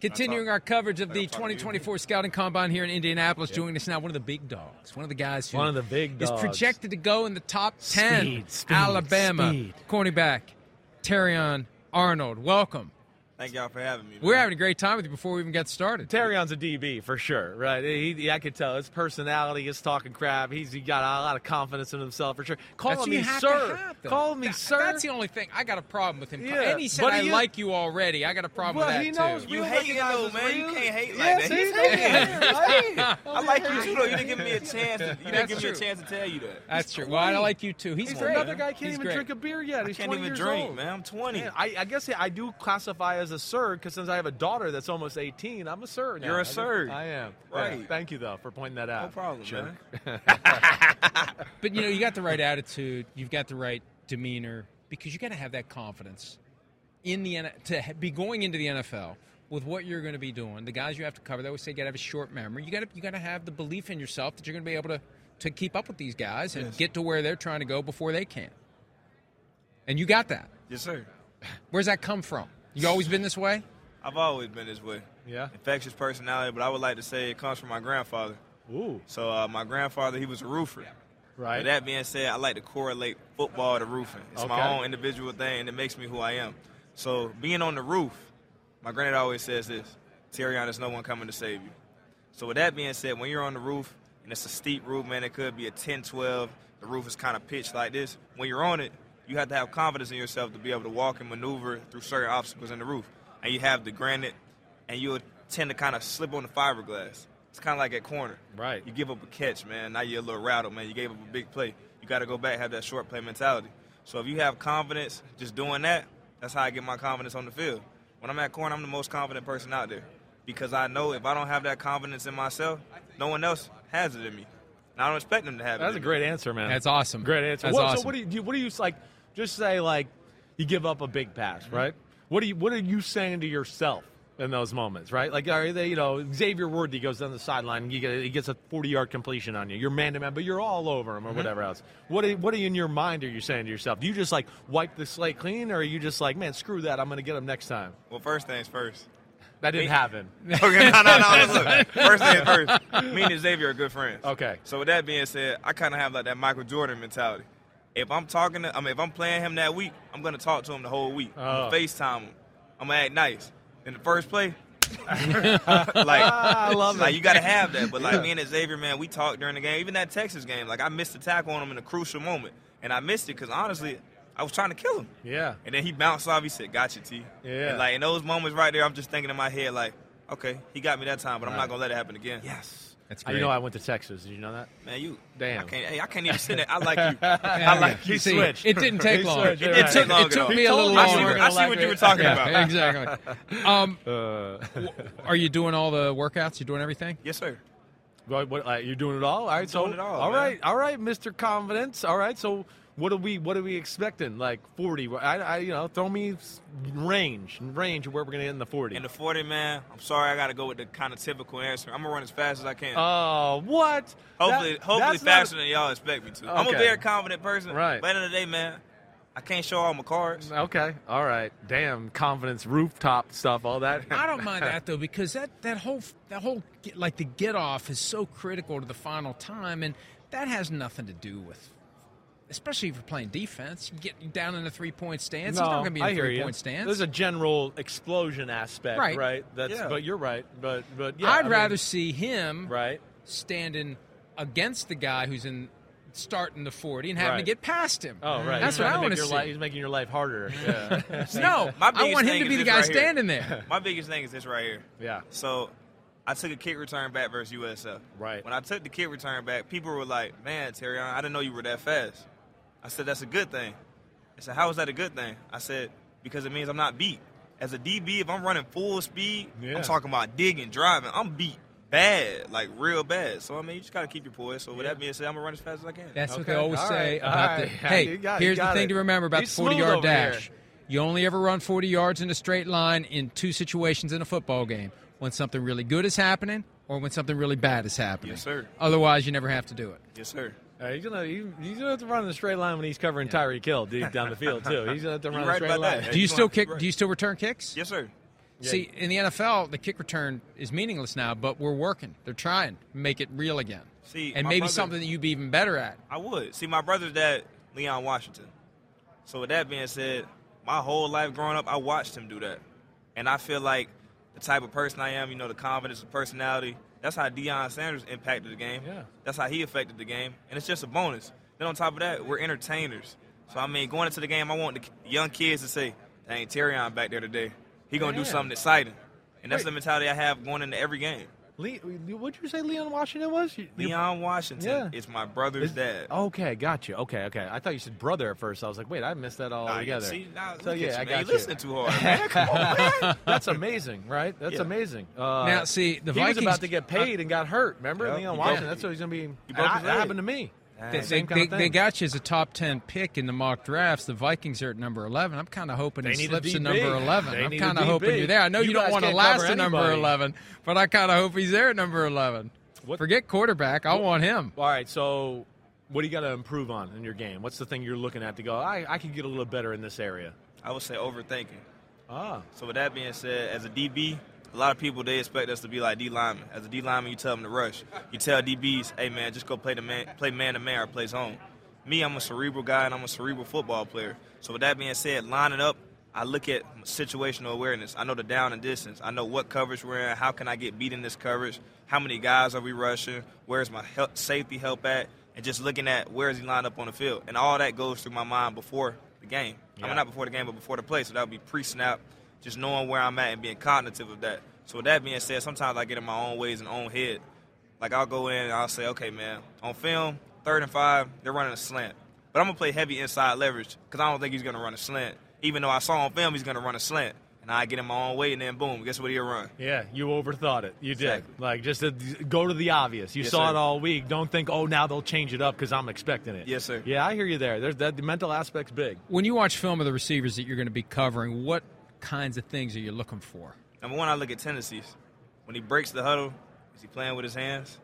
[SPEAKER 1] Continuing our coverage of the 2024 Scouting Combine here in Indianapolis, doing this now one of the big dogs, one of the guys who
[SPEAKER 3] One of the big
[SPEAKER 1] is
[SPEAKER 3] dogs.
[SPEAKER 1] projected to go in the top 10.
[SPEAKER 3] Speed, speed,
[SPEAKER 1] Alabama
[SPEAKER 3] speed.
[SPEAKER 1] cornerback Terrion Arnold. Welcome.
[SPEAKER 4] Thank y'all for having me.
[SPEAKER 1] We're having a great time with you before we even got started.
[SPEAKER 3] Terrion's a DB for sure, right? He, he- I could tell his personality, his talking crap. He's he got a lot of confidence in himself for sure. Call
[SPEAKER 1] That's what
[SPEAKER 3] me
[SPEAKER 1] you have to
[SPEAKER 3] sir.
[SPEAKER 1] have, though.
[SPEAKER 3] Call me
[SPEAKER 1] That-
[SPEAKER 3] sir.
[SPEAKER 1] That's the only thing. I got a problem with him.
[SPEAKER 3] Yeah,
[SPEAKER 1] And he said,
[SPEAKER 3] but
[SPEAKER 1] I
[SPEAKER 3] he-
[SPEAKER 1] like you already. I got a problem
[SPEAKER 3] well,
[SPEAKER 1] with that,
[SPEAKER 3] he knows
[SPEAKER 1] too.
[SPEAKER 3] real
[SPEAKER 6] hating
[SPEAKER 3] recognize
[SPEAKER 6] though,
[SPEAKER 3] his
[SPEAKER 6] man. You
[SPEAKER 3] real.
[SPEAKER 6] can't hate like
[SPEAKER 3] Yes,
[SPEAKER 6] that. He's [laughs]
[SPEAKER 3] hating. Right.
[SPEAKER 6] I like you too, though. You didn't give me a chance. To, you
[SPEAKER 1] That's
[SPEAKER 6] didn't give me a
[SPEAKER 1] true.
[SPEAKER 6] chance to tell you that.
[SPEAKER 1] That's true. Well, I like you, too. He's,
[SPEAKER 3] He's
[SPEAKER 1] great.
[SPEAKER 3] another guy can't
[SPEAKER 1] He's
[SPEAKER 3] even
[SPEAKER 1] great.
[SPEAKER 3] drink a beer yet.
[SPEAKER 6] I
[SPEAKER 3] He's
[SPEAKER 6] can't
[SPEAKER 3] 20
[SPEAKER 6] even
[SPEAKER 3] years
[SPEAKER 6] drink,
[SPEAKER 3] old.
[SPEAKER 6] man. I'm 20.
[SPEAKER 3] Man, I, I guess I do classify as a sir because since I have a daughter that's almost 18, I'm a sir now.
[SPEAKER 6] You're a
[SPEAKER 3] I guess-
[SPEAKER 6] sir.
[SPEAKER 3] I am.
[SPEAKER 6] Right.
[SPEAKER 3] Yeah, thank you, though, for pointing that out.
[SPEAKER 6] no problem,
[SPEAKER 3] Jerk.
[SPEAKER 6] man.
[SPEAKER 1] But you know, you got the right attitude, you've got the right demeanor because you got to have that confidence in the N- to ha- be going into the NFL with what you're going to be doing. The guys you have to cover, they always say you got to have a short memory. You got to you got to have the belief in yourself that you're going to be able to to keep up with these guys and get to where they're trying to go before they can. And you got that.
[SPEAKER 6] Yes, sir.
[SPEAKER 1] Where's that come from? You always been this way?
[SPEAKER 6] I've always been this way.
[SPEAKER 3] Yeah.
[SPEAKER 6] Infectious personality, but I would like to say it comes from my grandfather.
[SPEAKER 3] Ooh.
[SPEAKER 6] So uh, my grandfather, he was a roofer.
[SPEAKER 3] Right.
[SPEAKER 6] With that being said, I like to correlate football to roofing. It's
[SPEAKER 3] Okay.
[SPEAKER 6] my own individual thing, and it makes me who I am. So being on the roof, my granddad always says this: "Tyrion, there's no one coming to save you." So with that being said, when you're on the roof and it's a steep roof, man, it could be a 10, 12. The roof is kind of pitched like this. When you're on it, you have to have confidence in yourself to be able to walk and maneuver through certain obstacles in the roof. And you have the granite, and you'll tend to kind of slip on the fiberglass. It's kind of like at corner.
[SPEAKER 3] Right.
[SPEAKER 6] You give up a catch, man. Now you're a little rattled, man. You gave up a big play. You got to go back, have that short play mentality. So if you have confidence just doing that, that's how I get my confidence on the field. When I'm at corner, I'm the most confident person out there because I know if I don't have that confidence in myself, no one else has it in me. And I don't expect them to have
[SPEAKER 3] That's
[SPEAKER 6] it.
[SPEAKER 3] a
[SPEAKER 6] in
[SPEAKER 3] great answer, man.
[SPEAKER 1] That's awesome.
[SPEAKER 3] Great answer.
[SPEAKER 1] That's
[SPEAKER 3] what,
[SPEAKER 1] awesome.
[SPEAKER 3] So what do you, do you- what do you like? Just say like you give up a big pass,
[SPEAKER 1] Mm-hmm.
[SPEAKER 3] right? What do you what are you saying to yourself in those moments, right? Like are they, you know Xavier Worthy goes down the sideline, and you get, he gets a forty yard completion on you. You're man to man, but you're all over
[SPEAKER 1] Mm-hmm.
[SPEAKER 3] him or whatever else. What are, what are you in your mind are you saying to yourself? Do you just like wipe the slate clean, or are you just like man, screw that, I'm going to get him next time?
[SPEAKER 6] Well, first things first.
[SPEAKER 3] That didn't
[SPEAKER 1] [laughs]
[SPEAKER 3] happen.
[SPEAKER 6] [laughs] Okay, no, no, no.
[SPEAKER 3] [laughs]
[SPEAKER 6] Listen, first thing first, me and Xavier are good friends.
[SPEAKER 3] Okay.
[SPEAKER 6] So with that being said, I kind of have like that Michael Jordan mentality. If I'm talking to, I mean, if I'm playing him that week, I'm gonna talk to him the whole week. I'm
[SPEAKER 3] Oh.
[SPEAKER 6] gonna FaceTime him. I'm gonna act nice. In the first
[SPEAKER 3] [laughs]
[SPEAKER 6] play, like
[SPEAKER 3] Ah, I love
[SPEAKER 6] like
[SPEAKER 3] it.
[SPEAKER 6] you gotta have that. But like me and Xavier, man, we talked during the game. Even that Texas game, like I missed the tackle on him in a crucial moment, and I missed it because honestly, I was trying to kill him.
[SPEAKER 3] Yeah.
[SPEAKER 6] And then he bounced off. He said, "Got you, T."
[SPEAKER 3] Yeah.
[SPEAKER 6] And like in those moments right there, I'm just thinking in my head, like, okay, he got me that time, but I'm not gonna let it happen again.
[SPEAKER 3] Yes.
[SPEAKER 1] That's
[SPEAKER 3] You know I went to Texas. Did you know that?
[SPEAKER 6] Man, you.
[SPEAKER 3] Damn.
[SPEAKER 6] I can't. Hey, I can't even sit there. I like [laughs] you. [laughs] I like
[SPEAKER 3] He
[SPEAKER 1] See,
[SPEAKER 3] switched.
[SPEAKER 1] It didn't take
[SPEAKER 3] [laughs] He
[SPEAKER 1] long.
[SPEAKER 3] switched,
[SPEAKER 1] It,
[SPEAKER 3] right.
[SPEAKER 1] took,
[SPEAKER 6] Long
[SPEAKER 1] it took
[SPEAKER 6] ago.
[SPEAKER 1] me a
[SPEAKER 3] He
[SPEAKER 1] little
[SPEAKER 3] told you.
[SPEAKER 1] longer.
[SPEAKER 6] I see what you were talking about.
[SPEAKER 1] Yeah, [laughs] exactly.
[SPEAKER 3] [laughs]
[SPEAKER 1] Um,
[SPEAKER 3] Uh.
[SPEAKER 1] are you doing all the workouts? You doing everything?
[SPEAKER 6] Yes, sir.
[SPEAKER 3] Right, what, uh, you're doing it all. All right, so
[SPEAKER 6] doing it all,
[SPEAKER 3] all
[SPEAKER 6] man.
[SPEAKER 3] right, all right, Mr. Confidence. All right, so what are we what are we expecting? Like forty? I, I you know, throw me s- range, range of where we're gonna get in the forty.
[SPEAKER 6] In the 40, man. I'm sorry, I gotta go with the kind of typical answer. I'm gonna run as fast as I can.
[SPEAKER 3] Oh, what?
[SPEAKER 6] hopefully,
[SPEAKER 3] That-
[SPEAKER 6] hopefully
[SPEAKER 3] that's not
[SPEAKER 6] faster than y'all expect me to. I'm a
[SPEAKER 3] Okay.
[SPEAKER 6] very confident person.
[SPEAKER 3] Right.
[SPEAKER 6] But at the end of the day, man, I can't show all my cards.
[SPEAKER 3] a- okay, all right. Damn, confidence, rooftop stuff, all that.
[SPEAKER 1] I don't mind that though because that that whole that whole get- like the get off is so critical to the final time, and that has nothing to do with. Especially if you're playing defense, you get down in a three point stance. He's not going to be in
[SPEAKER 3] I
[SPEAKER 1] a
[SPEAKER 3] hear
[SPEAKER 1] three
[SPEAKER 3] you.
[SPEAKER 1] point stance.
[SPEAKER 3] There's a general explosion aspect,
[SPEAKER 1] Right.
[SPEAKER 3] right? That's
[SPEAKER 6] Yeah.
[SPEAKER 3] but you're right. But but yeah,
[SPEAKER 1] I'd
[SPEAKER 3] I mean,
[SPEAKER 1] rather see him
[SPEAKER 3] right.
[SPEAKER 1] standing against the guy who's in starting the 40 and having to
[SPEAKER 3] Right.
[SPEAKER 1] get past him.
[SPEAKER 3] Oh, right.
[SPEAKER 1] That's
[SPEAKER 3] He's
[SPEAKER 1] what
[SPEAKER 3] trying
[SPEAKER 1] I
[SPEAKER 3] to
[SPEAKER 1] want
[SPEAKER 3] make
[SPEAKER 1] to
[SPEAKER 3] your
[SPEAKER 1] see.
[SPEAKER 3] Life, he's making your
[SPEAKER 1] [laughs]
[SPEAKER 3] life harder. Yeah.
[SPEAKER 1] No,
[SPEAKER 6] My
[SPEAKER 1] I
[SPEAKER 6] biggest
[SPEAKER 1] want him
[SPEAKER 6] thing
[SPEAKER 1] to be
[SPEAKER 6] is this
[SPEAKER 1] the guy
[SPEAKER 6] right here.
[SPEAKER 1] standing
[SPEAKER 3] [laughs]
[SPEAKER 1] there.
[SPEAKER 6] My biggest thing is this right here.
[SPEAKER 3] yeah.
[SPEAKER 6] So I took a kick return back versus USF.
[SPEAKER 3] Right.
[SPEAKER 6] When I took the kick return back, people were like, man, Terry, I didn't know you were that fast. I said, that's a good thing. I said, how is that a good thing? I said, because it means I'm not beat. As a DB, if I'm running full speed,
[SPEAKER 3] Yeah.
[SPEAKER 6] I'm talking about digging, driving, I'm beat bad, like real bad. So, I mean, you just got to keep your poise. So, with that being said, I'm going to run as fast as I can.
[SPEAKER 1] That's what
[SPEAKER 3] Okay,
[SPEAKER 1] they always
[SPEAKER 3] all
[SPEAKER 1] say
[SPEAKER 3] right, all
[SPEAKER 1] about the.
[SPEAKER 3] right.
[SPEAKER 1] Hey,
[SPEAKER 3] You got it,
[SPEAKER 1] here's
[SPEAKER 3] you
[SPEAKER 1] the
[SPEAKER 3] got
[SPEAKER 1] thing
[SPEAKER 3] it.
[SPEAKER 1] to remember about
[SPEAKER 3] He's
[SPEAKER 1] the 40
[SPEAKER 3] smooth
[SPEAKER 1] yard
[SPEAKER 3] over here.
[SPEAKER 1] dash. You only ever run 40 yards in a straight line in two situations in a football game when something really good is happening or when something really bad is happening.
[SPEAKER 6] Yes, sir.
[SPEAKER 1] Otherwise, you never have to do it.
[SPEAKER 6] Yes, sir.
[SPEAKER 3] Uh, he's gonna you- he's gonna have to run in a straight line when he's covering Tyree Kill deep down the field too. He's gonna have to run in a
[SPEAKER 6] right
[SPEAKER 3] straight
[SPEAKER 6] about
[SPEAKER 3] line.
[SPEAKER 6] that.
[SPEAKER 1] Do you
[SPEAKER 6] He's
[SPEAKER 1] still
[SPEAKER 6] right.
[SPEAKER 1] kick? Do you still return kicks?
[SPEAKER 6] Yes, sir.
[SPEAKER 1] See, in the NFL, the kick return is meaningless now, but we're working. They're trying to make it real again.
[SPEAKER 6] See,
[SPEAKER 1] and
[SPEAKER 6] my
[SPEAKER 1] maybe
[SPEAKER 6] brother-
[SPEAKER 1] something that you'd be even better at.
[SPEAKER 6] I would. See, my brother's dad, Leon Washington. So with that being said, my whole life growing up, I watched him do that. And I feel like the type of person I am, you know, the confidence, the personality, that's how Deion Sanders impacted the game.
[SPEAKER 3] Yeah.
[SPEAKER 6] That's how he affected the game. And it's just a bonus. Then on top of that, we're entertainers. So, I mean, going into the game, I want the k- young kids to say, dang, Terion back there today. He going to do
[SPEAKER 3] Yeah.
[SPEAKER 6] something exciting. And that's
[SPEAKER 3] Right.
[SPEAKER 6] the mentality I have going into every game.
[SPEAKER 3] Le- what'd you say Leon Washington was? You- you-
[SPEAKER 6] Leon Washington
[SPEAKER 3] Yeah.
[SPEAKER 6] is my brother's
[SPEAKER 3] Is-
[SPEAKER 6] dad.
[SPEAKER 3] Okay, got you. Okay, okay. I thought you said brother at first. I was like, wait, I missed that all
[SPEAKER 6] Nah,
[SPEAKER 3] together.
[SPEAKER 6] See, nah,
[SPEAKER 3] so
[SPEAKER 6] look
[SPEAKER 3] yeah,
[SPEAKER 6] at you,
[SPEAKER 3] I
[SPEAKER 6] man.
[SPEAKER 3] got
[SPEAKER 6] you listening too hard, man. Come on, man.
[SPEAKER 3] [laughs] That's amazing, right? That's
[SPEAKER 6] Yeah.
[SPEAKER 3] amazing. Uh,
[SPEAKER 1] Now, see, the
[SPEAKER 3] he
[SPEAKER 1] Vikings-
[SPEAKER 3] was about to get paid and got hurt. Remember,
[SPEAKER 6] Yep.
[SPEAKER 3] Leon
[SPEAKER 6] He
[SPEAKER 3] Washington.
[SPEAKER 6] broke-
[SPEAKER 3] That's what he's gonna be. and
[SPEAKER 6] broke
[SPEAKER 3] I-
[SPEAKER 6] his
[SPEAKER 3] that
[SPEAKER 6] leg.
[SPEAKER 3] happened to me.
[SPEAKER 1] They,
[SPEAKER 3] Same
[SPEAKER 1] they,
[SPEAKER 3] kind
[SPEAKER 1] they,
[SPEAKER 3] of
[SPEAKER 1] they
[SPEAKER 3] thing.
[SPEAKER 1] got you as a top 10 pick in the mock drafts. The Vikings are at number 11. I'm kind of hoping
[SPEAKER 3] They
[SPEAKER 1] he
[SPEAKER 3] need a
[SPEAKER 1] slips to
[SPEAKER 3] DB.
[SPEAKER 1] number 11.
[SPEAKER 3] They
[SPEAKER 1] I'm
[SPEAKER 3] need a
[SPEAKER 1] kind of hoping
[SPEAKER 3] DB.
[SPEAKER 1] you're there. I know
[SPEAKER 3] You
[SPEAKER 1] you, don't
[SPEAKER 3] guys
[SPEAKER 1] want to
[SPEAKER 3] can't
[SPEAKER 1] last
[SPEAKER 3] cover
[SPEAKER 1] at number
[SPEAKER 3] anybody.
[SPEAKER 1] 11, but I kind of hope he's there at number 11.
[SPEAKER 3] What-
[SPEAKER 1] Forget quarterback. I want him.
[SPEAKER 3] All right, so what do you got to improve on in your game? What's the thing you're looking at to go? I, I can get a little better in this area.
[SPEAKER 6] I would say overthinking.
[SPEAKER 3] Ah,
[SPEAKER 6] So with that being said, as a DB, a lot of people they expect us to be like D linemen. As a D lineman, you tell them to rush. You tell DBs, hey man, just go play the man, play man to man or play zone. Me, I'm a cerebral guy and I'm a cerebral football player. So with that being said, lining up, I look at situational awareness. I know the down and distance. I know what coverage we're in. How can I get beat in this coverage? How many guys are we rushing? Where's my help, safety help at? And just looking at where is he lined up on the field, and all that goes through my mind before the game. I
[SPEAKER 3] Yeah.
[SPEAKER 6] mean, not before the game, but before the play. So that would be pre-snap, just knowing where I'm at and being cognitive of that. So with that being said, sometimes I get in my own ways and own head. Like I'll go in and I'll say, okay, man, on film, third and five, they're running a slant, but I'm gonna play heavy inside leverage because I don't think he's gonna run a slant. Even though I saw on film he's gonna run a slant, and I get in my own way, and then boom, guess what he'll run?
[SPEAKER 3] yeah, you overthought it. You did.
[SPEAKER 6] Exactly.
[SPEAKER 3] Like just to go to the obvious. You
[SPEAKER 6] Yes,
[SPEAKER 3] saw
[SPEAKER 6] sir.
[SPEAKER 3] it all week. Don't think, oh, now they'll change it up because I'm expecting it.
[SPEAKER 6] Yes, sir.
[SPEAKER 3] Yeah, I hear you there. There's that the mental aspect's big.
[SPEAKER 1] When you watch film of the receivers that you're going to be covering, what kinds of things are you looking for?
[SPEAKER 6] Number one, I look at tendencies. When he breaks the huddle, is he playing with his hands?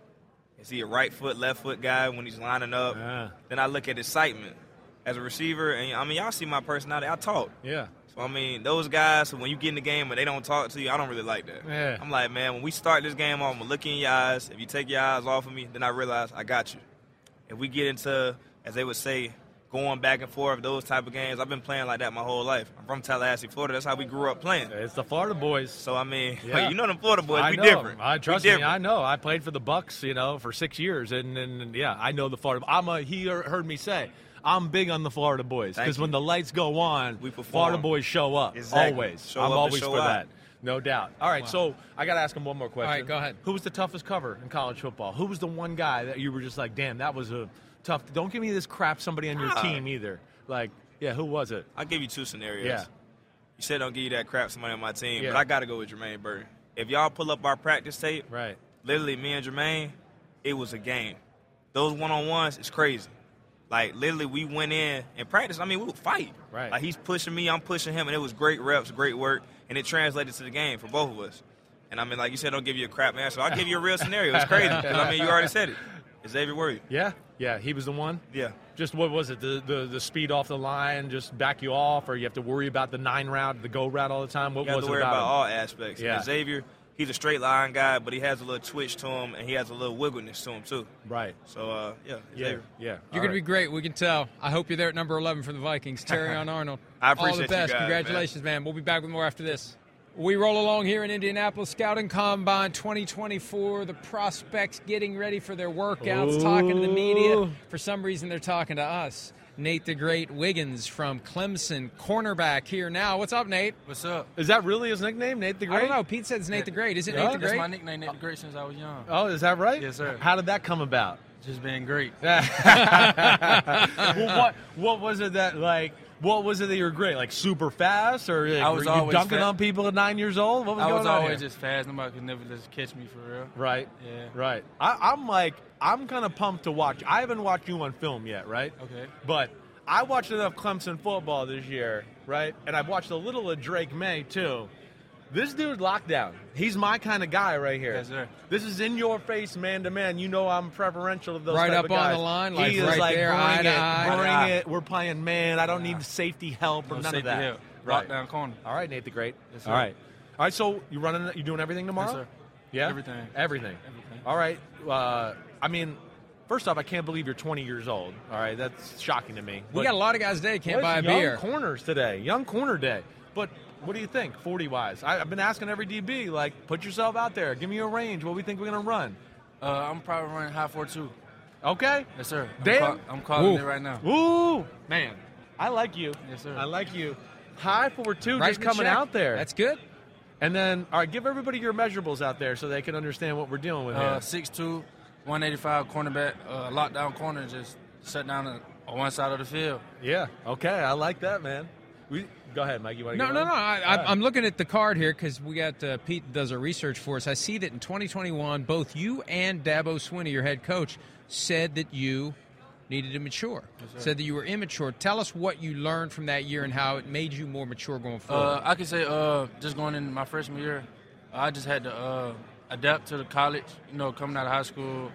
[SPEAKER 6] Is he a right foot, left foot guy when he's lining up?
[SPEAKER 3] Ah.
[SPEAKER 6] Then I look at excitement. As a receiver, and I mean, y'all see my personality. I talk.
[SPEAKER 3] Yeah.
[SPEAKER 6] So, I mean, those guys, when you get in the game and they don't talk to you, I don't really like that.
[SPEAKER 3] Yeah.
[SPEAKER 6] I'm like, man, when we start this game, I'm going to look in your eyes. If you take your eyes off of me, then I realize I got you. If we get into, as they would say, going back and forth, those type of games, I've been playing like that my whole life. I'm from Tallahassee, Florida. That's how we grew up playing.
[SPEAKER 3] It's the Florida boys.
[SPEAKER 6] So I mean, [laughs]
[SPEAKER 3] Yeah.
[SPEAKER 6] you know them Florida boys,
[SPEAKER 3] I
[SPEAKER 6] we
[SPEAKER 3] know.
[SPEAKER 6] different.
[SPEAKER 3] I
[SPEAKER 6] We
[SPEAKER 3] trust
[SPEAKER 6] different.
[SPEAKER 3] me. I know. I played for the Bucks, you know, for six years, and, and, and, yeah, I know the Florida. I'm a. He heard heard me say, I'm big on the Florida boys
[SPEAKER 6] Thank
[SPEAKER 3] because
[SPEAKER 6] you.
[SPEAKER 3] when the lights go on,
[SPEAKER 6] We perform.
[SPEAKER 3] Florida boys show up
[SPEAKER 6] Exactly.
[SPEAKER 3] always.
[SPEAKER 6] Show
[SPEAKER 3] I'm
[SPEAKER 6] up and
[SPEAKER 3] always
[SPEAKER 6] show
[SPEAKER 3] for
[SPEAKER 6] out.
[SPEAKER 3] that, no doubt. All right, so I got to ask him one more question.
[SPEAKER 1] right, go ahead.
[SPEAKER 3] Who was the toughest cover in college football? Who was the one guy that you were just like, damn, that was a tough? Don't give me this crap. Somebody on your
[SPEAKER 6] Ah.
[SPEAKER 3] team either. Like, yeah, who was it?
[SPEAKER 6] I'll give you two scenarios.
[SPEAKER 3] Yeah.
[SPEAKER 6] You said don't give you that crap somebody on my team,
[SPEAKER 3] Yeah.
[SPEAKER 6] but I got to go with Jermaine Burton. If y'all pull up our practice tape,
[SPEAKER 3] Right.
[SPEAKER 6] literally me and Jermaine, it was a game. Those one on ones is crazy. Like literally, we went in and practice. I mean, we would fight.
[SPEAKER 3] Right.
[SPEAKER 6] Like he's pushing me, I'm pushing him, and it was great reps, great work, and it translated to the game for both of us. And I mean, like you said, don't give you a crap answer. I'll give you a real scenario. It's crazy. 'cause, I mean, you already said it. It's Xavier Worthy.
[SPEAKER 3] Yeah, yeah, he was the one.
[SPEAKER 6] Yeah.
[SPEAKER 3] Just what was it? The, the the speed off the line, just back you off, or you have to worry about the nine route, the go route all the time. What
[SPEAKER 6] You have
[SPEAKER 3] was
[SPEAKER 6] to
[SPEAKER 3] it
[SPEAKER 6] worry
[SPEAKER 3] about,
[SPEAKER 6] about
[SPEAKER 3] him?
[SPEAKER 6] all aspects.
[SPEAKER 3] Yeah.
[SPEAKER 6] And Xavier, he's a straight line guy, but he has a little twitch to him, and he has a little wiggleness to him too.
[SPEAKER 3] Right.
[SPEAKER 6] So uh, yeah,
[SPEAKER 3] Yeah.
[SPEAKER 6] Xavier.
[SPEAKER 3] Yeah.
[SPEAKER 1] You're going to be great. We can tell. I hope you're there
[SPEAKER 7] [laughs]
[SPEAKER 1] at number 11 for the Vikings. Terry on Arnold.
[SPEAKER 6] I
[SPEAKER 1] All
[SPEAKER 6] appreciate
[SPEAKER 1] the
[SPEAKER 6] you
[SPEAKER 1] best.
[SPEAKER 6] guys, man.
[SPEAKER 1] Congratulations, man. We'll be back with more after this. We roll along here in Indianapolis Scouting Combine 2024. The prospects getting ready for their workouts, talking to the media.
[SPEAKER 3] Ooh.
[SPEAKER 1] For some reason, they're talking to us. Nate the Great Wiggins from Clemson, cornerback here now. What's up, Nate?
[SPEAKER 7] What's up?
[SPEAKER 3] Is that really his nickname, Nate the Great?
[SPEAKER 1] I don't know. Pete says Nate the Great. Is it Nate the
[SPEAKER 7] That's
[SPEAKER 1] Great?
[SPEAKER 7] my nickname, Nate the Great, since I was young.
[SPEAKER 3] Oh, is that right?
[SPEAKER 7] Yes, sir.
[SPEAKER 3] How did that
[SPEAKER 7] [laughs]
[SPEAKER 3] come about?
[SPEAKER 7] Just been great.
[SPEAKER 3] well, what what was it that like? What was it that you were great? Like super fast, or like,
[SPEAKER 7] I was
[SPEAKER 3] were you
[SPEAKER 7] always
[SPEAKER 3] dunking
[SPEAKER 7] fa-
[SPEAKER 3] on people at nine years old? What was
[SPEAKER 7] I
[SPEAKER 3] going
[SPEAKER 7] was
[SPEAKER 3] on
[SPEAKER 7] always
[SPEAKER 3] here?
[SPEAKER 7] just fast. Nobody could never just catch me for real.
[SPEAKER 3] right,
[SPEAKER 7] Yeah.
[SPEAKER 3] right. I, I'm like, I'm kind of pumped to watch. I haven't watched you on film yet, right?
[SPEAKER 7] Okay.
[SPEAKER 3] But I watched enough Clemson football this year, right? And I've watched a little of Drake May too. This dude lockdown. He's my kind of guy right here.
[SPEAKER 7] Yes, sir.
[SPEAKER 3] This is in your face, man to man. You know I'm preferential of those.
[SPEAKER 1] Right
[SPEAKER 3] type
[SPEAKER 1] up
[SPEAKER 3] of
[SPEAKER 1] on
[SPEAKER 3] guys.
[SPEAKER 1] the line, like
[SPEAKER 3] he is
[SPEAKER 1] right
[SPEAKER 3] like,
[SPEAKER 1] there,
[SPEAKER 3] bring
[SPEAKER 1] eye
[SPEAKER 3] it,
[SPEAKER 1] to eye.
[SPEAKER 3] bring
[SPEAKER 7] Eye to eye.
[SPEAKER 3] it. We're playing man. I don't need safety help or
[SPEAKER 7] No
[SPEAKER 3] none of
[SPEAKER 7] safety
[SPEAKER 3] that.
[SPEAKER 7] help. Lockdown corner.
[SPEAKER 3] All right, Nate the Great.
[SPEAKER 7] Yes, sir.
[SPEAKER 3] All right. All right. So you running? You doing everything tomorrow?
[SPEAKER 7] sir.
[SPEAKER 3] Yeah.
[SPEAKER 7] Everything.
[SPEAKER 3] Everything.
[SPEAKER 7] Everything.
[SPEAKER 3] All right. Uh, I mean, first off, I can't believe you're 20 years old. All right, that's shocking to me.
[SPEAKER 1] we
[SPEAKER 3] But-
[SPEAKER 1] got a lot of guys today. Can't
[SPEAKER 3] Well,
[SPEAKER 1] buy a
[SPEAKER 3] it's young
[SPEAKER 1] beer.
[SPEAKER 3] Corners today, young corner day. But what do you think, 40 wise? I, I've been asking every DB, like, put yourself out there, give me a range. What we think we're gonna run?
[SPEAKER 7] Uh, I'm probably running high four two.
[SPEAKER 3] Okay.
[SPEAKER 7] Yes, sir. I'm
[SPEAKER 3] Damn.
[SPEAKER 7] call- I'm calling
[SPEAKER 3] Ooh.
[SPEAKER 7] it right now.
[SPEAKER 3] Ooh, man, I like you.
[SPEAKER 7] Yes, sir.
[SPEAKER 3] I like you. High four two,
[SPEAKER 1] Right
[SPEAKER 3] just coming out there.
[SPEAKER 1] That's good.
[SPEAKER 3] and then, all right, give everybody your measurables out there so they can understand what we're dealing with
[SPEAKER 7] Uh,
[SPEAKER 3] here.
[SPEAKER 7] 6'2", 185 cornerback, uh, lockdown corner, and just shut down the- on one side of the field.
[SPEAKER 3] Yeah. Okay, I like that, man. We go ahead, Mike. You want to?
[SPEAKER 1] No,
[SPEAKER 3] go
[SPEAKER 1] no,
[SPEAKER 3] on?
[SPEAKER 1] no. I, I,
[SPEAKER 3] All right.
[SPEAKER 1] I'm looking at the card here because we got uh, Pete that does our research for us. I see that in 2021, both you and Dabo Swinney, your head coach, said that you needed to mature. said that you were immature. Tell us what you learned from that year and how it made you more mature going
[SPEAKER 7] Uh,
[SPEAKER 1] forward.
[SPEAKER 7] I could say uh, just going into my freshman year, I just had to uh, adapt to the college. You know, coming out of high school,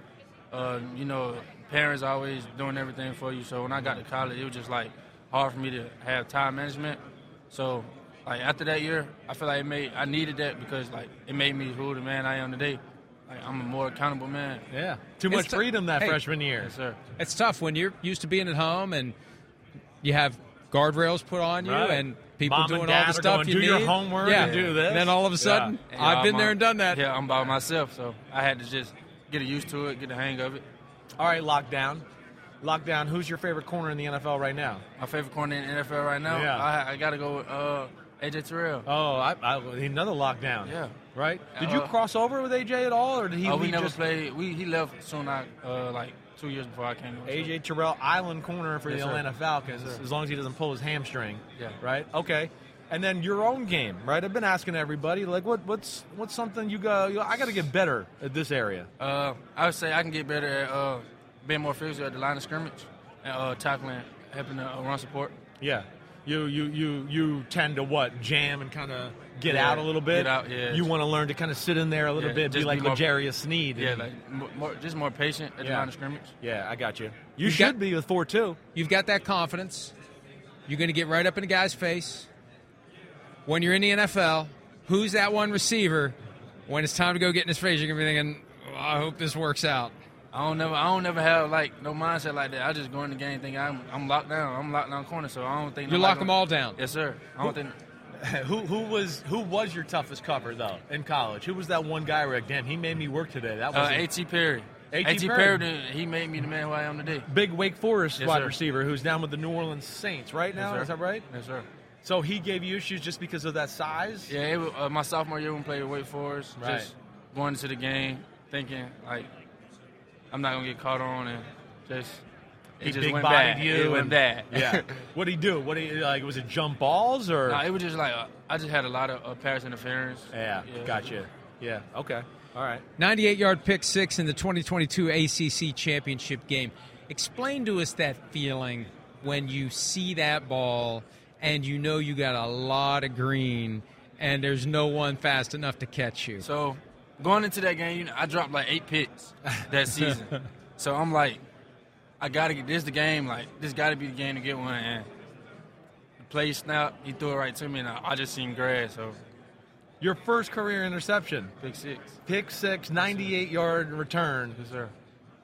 [SPEAKER 7] uh, you know, parents always doing everything for you. So when I got to college, it was just like hard for me to have time management. So like after that year, I feel like it made I needed that because like it made me who the man I am today. Like I'm a more accountable man.
[SPEAKER 3] Yeah. Too
[SPEAKER 1] It's
[SPEAKER 3] much
[SPEAKER 1] t-
[SPEAKER 3] freedom that
[SPEAKER 1] hey.
[SPEAKER 3] freshman year.
[SPEAKER 7] Yes, sir.
[SPEAKER 1] it's tough when you're used to being at home and you have guardrails put on you
[SPEAKER 3] Right.
[SPEAKER 1] and people
[SPEAKER 3] Mom and
[SPEAKER 1] doing all
[SPEAKER 3] dad
[SPEAKER 1] the
[SPEAKER 3] are
[SPEAKER 1] stuff
[SPEAKER 3] going,
[SPEAKER 1] you
[SPEAKER 3] "Do
[SPEAKER 1] need.
[SPEAKER 3] your homework
[SPEAKER 1] yeah.
[SPEAKER 3] and do this."
[SPEAKER 1] And then all of a
[SPEAKER 3] Yeah.
[SPEAKER 1] sudden,
[SPEAKER 7] And
[SPEAKER 1] I've
[SPEAKER 7] I'm
[SPEAKER 1] been
[SPEAKER 7] on-
[SPEAKER 1] there and done that.
[SPEAKER 7] Yeah, I'm by myself, so I had to just get used to it, get the hang of it.
[SPEAKER 3] All right, lockdown. Lockdown, who's your favorite corner in the NFL right now?
[SPEAKER 7] My favorite corner in the NFL right now.
[SPEAKER 3] Yeah.
[SPEAKER 7] I, I gotta go with uh, AJ Terrell.
[SPEAKER 3] Oh, I, I, another lockdown.
[SPEAKER 7] Yeah.
[SPEAKER 3] Right? Did you
[SPEAKER 7] Uh,
[SPEAKER 3] cross over with AJ at all, or did he
[SPEAKER 7] Uh, we
[SPEAKER 3] leave
[SPEAKER 7] never
[SPEAKER 3] just
[SPEAKER 7] played. We he left soon. I uh, like two years before I came. to-
[SPEAKER 3] AJ Terrell island corner for
[SPEAKER 7] Yes,
[SPEAKER 3] the
[SPEAKER 7] sir.
[SPEAKER 3] Atlanta Falcons,
[SPEAKER 7] Yes, sir.
[SPEAKER 3] as long as he doesn't pull his hamstring.
[SPEAKER 7] Yeah.
[SPEAKER 3] Right? Okay. And then your own game, right? I've been asking everybody, like, what, what's, what's something you go? You I got to get better at this area.
[SPEAKER 7] Uh, I would say I can get better at uh, being more physical at the line of scrimmage and uh, tackling, helping the uh, run support.
[SPEAKER 3] Yeah. You you you you tend to what jam and kind of get
[SPEAKER 7] Yeah,
[SPEAKER 3] out a little bit.
[SPEAKER 7] get out, yeah.
[SPEAKER 3] You want to learn to kind of sit in there a little
[SPEAKER 7] Yeah,
[SPEAKER 3] bit, be
[SPEAKER 7] just
[SPEAKER 3] like
[SPEAKER 7] be more-
[SPEAKER 3] Legarius Sneed.
[SPEAKER 7] Yeah,
[SPEAKER 3] and-
[SPEAKER 7] like m- more, just more patient at the
[SPEAKER 3] Yeah.
[SPEAKER 7] line of scrimmage.
[SPEAKER 3] yeah, I got you. You,
[SPEAKER 1] You
[SPEAKER 3] should
[SPEAKER 1] got-
[SPEAKER 3] be with four two.
[SPEAKER 1] You've got that confidence. You're going to get right up in the guy's face. When you're in the NFL, who's that one receiver? When it's time to go get in his face, you're going to be thinking, "Oh, I hope this works out.
[SPEAKER 7] I don't never, I don't never have like no mindset like that. I just go in the game thinking I'm, I'm locked down. I'm locked down corner, so I don't think
[SPEAKER 1] You
[SPEAKER 7] nobody
[SPEAKER 1] lock
[SPEAKER 7] gonna-
[SPEAKER 1] them all down.
[SPEAKER 7] Yes, sir. I don't think.
[SPEAKER 3] [laughs] who who was who was your toughest cover though in college? Who was that one guy where damn he made me work today? That
[SPEAKER 7] Uh,
[SPEAKER 3] was a
[SPEAKER 7] At Perry.
[SPEAKER 3] A.T.
[SPEAKER 7] A.T.
[SPEAKER 3] Perry.
[SPEAKER 7] Perry, done- he made me the man who I am today.
[SPEAKER 3] big Wake Forest
[SPEAKER 7] Yes,
[SPEAKER 3] wide
[SPEAKER 7] sir.
[SPEAKER 3] receiver who's down with the New Orleans Saints right now.
[SPEAKER 7] sir.
[SPEAKER 3] Is that right?
[SPEAKER 7] Yes, sir.
[SPEAKER 3] So he gave you issues just because of that size.
[SPEAKER 7] Yeah, it was, uh, my sophomore year when we played with Wake Forest,
[SPEAKER 3] Right.
[SPEAKER 7] just going into the game thinking like I'm not gonna get caught on, and just it
[SPEAKER 3] He
[SPEAKER 7] just
[SPEAKER 3] big
[SPEAKER 7] went
[SPEAKER 3] bodied
[SPEAKER 7] bad.
[SPEAKER 3] you.
[SPEAKER 7] it went
[SPEAKER 3] and-
[SPEAKER 7] bad.
[SPEAKER 3] [laughs] Yeah. what would he do? What he like? Was it jump balls or?
[SPEAKER 7] Nah, it was just like uh, I just had a lot of uh, pass interference.
[SPEAKER 3] Yeah, gotcha. Yeah, okay. All right.
[SPEAKER 1] 98 yard pick six in the 2022 ACC championship game. Explain to us that feeling when you see that ball and you know you got a lot of green and there's no one fast enough to catch you.
[SPEAKER 7] So going into that game, you know, I dropped like eight picks that season.
[SPEAKER 3] [laughs]
[SPEAKER 7] so I'm like, I gotta get this. is The game like this got to be the game to get one. And the play snap, he threw it right to me, and I, I just seen grass. So
[SPEAKER 3] Your first career interception,
[SPEAKER 7] pick six.
[SPEAKER 3] pick six, 98 yard return.
[SPEAKER 7] Yes, sir.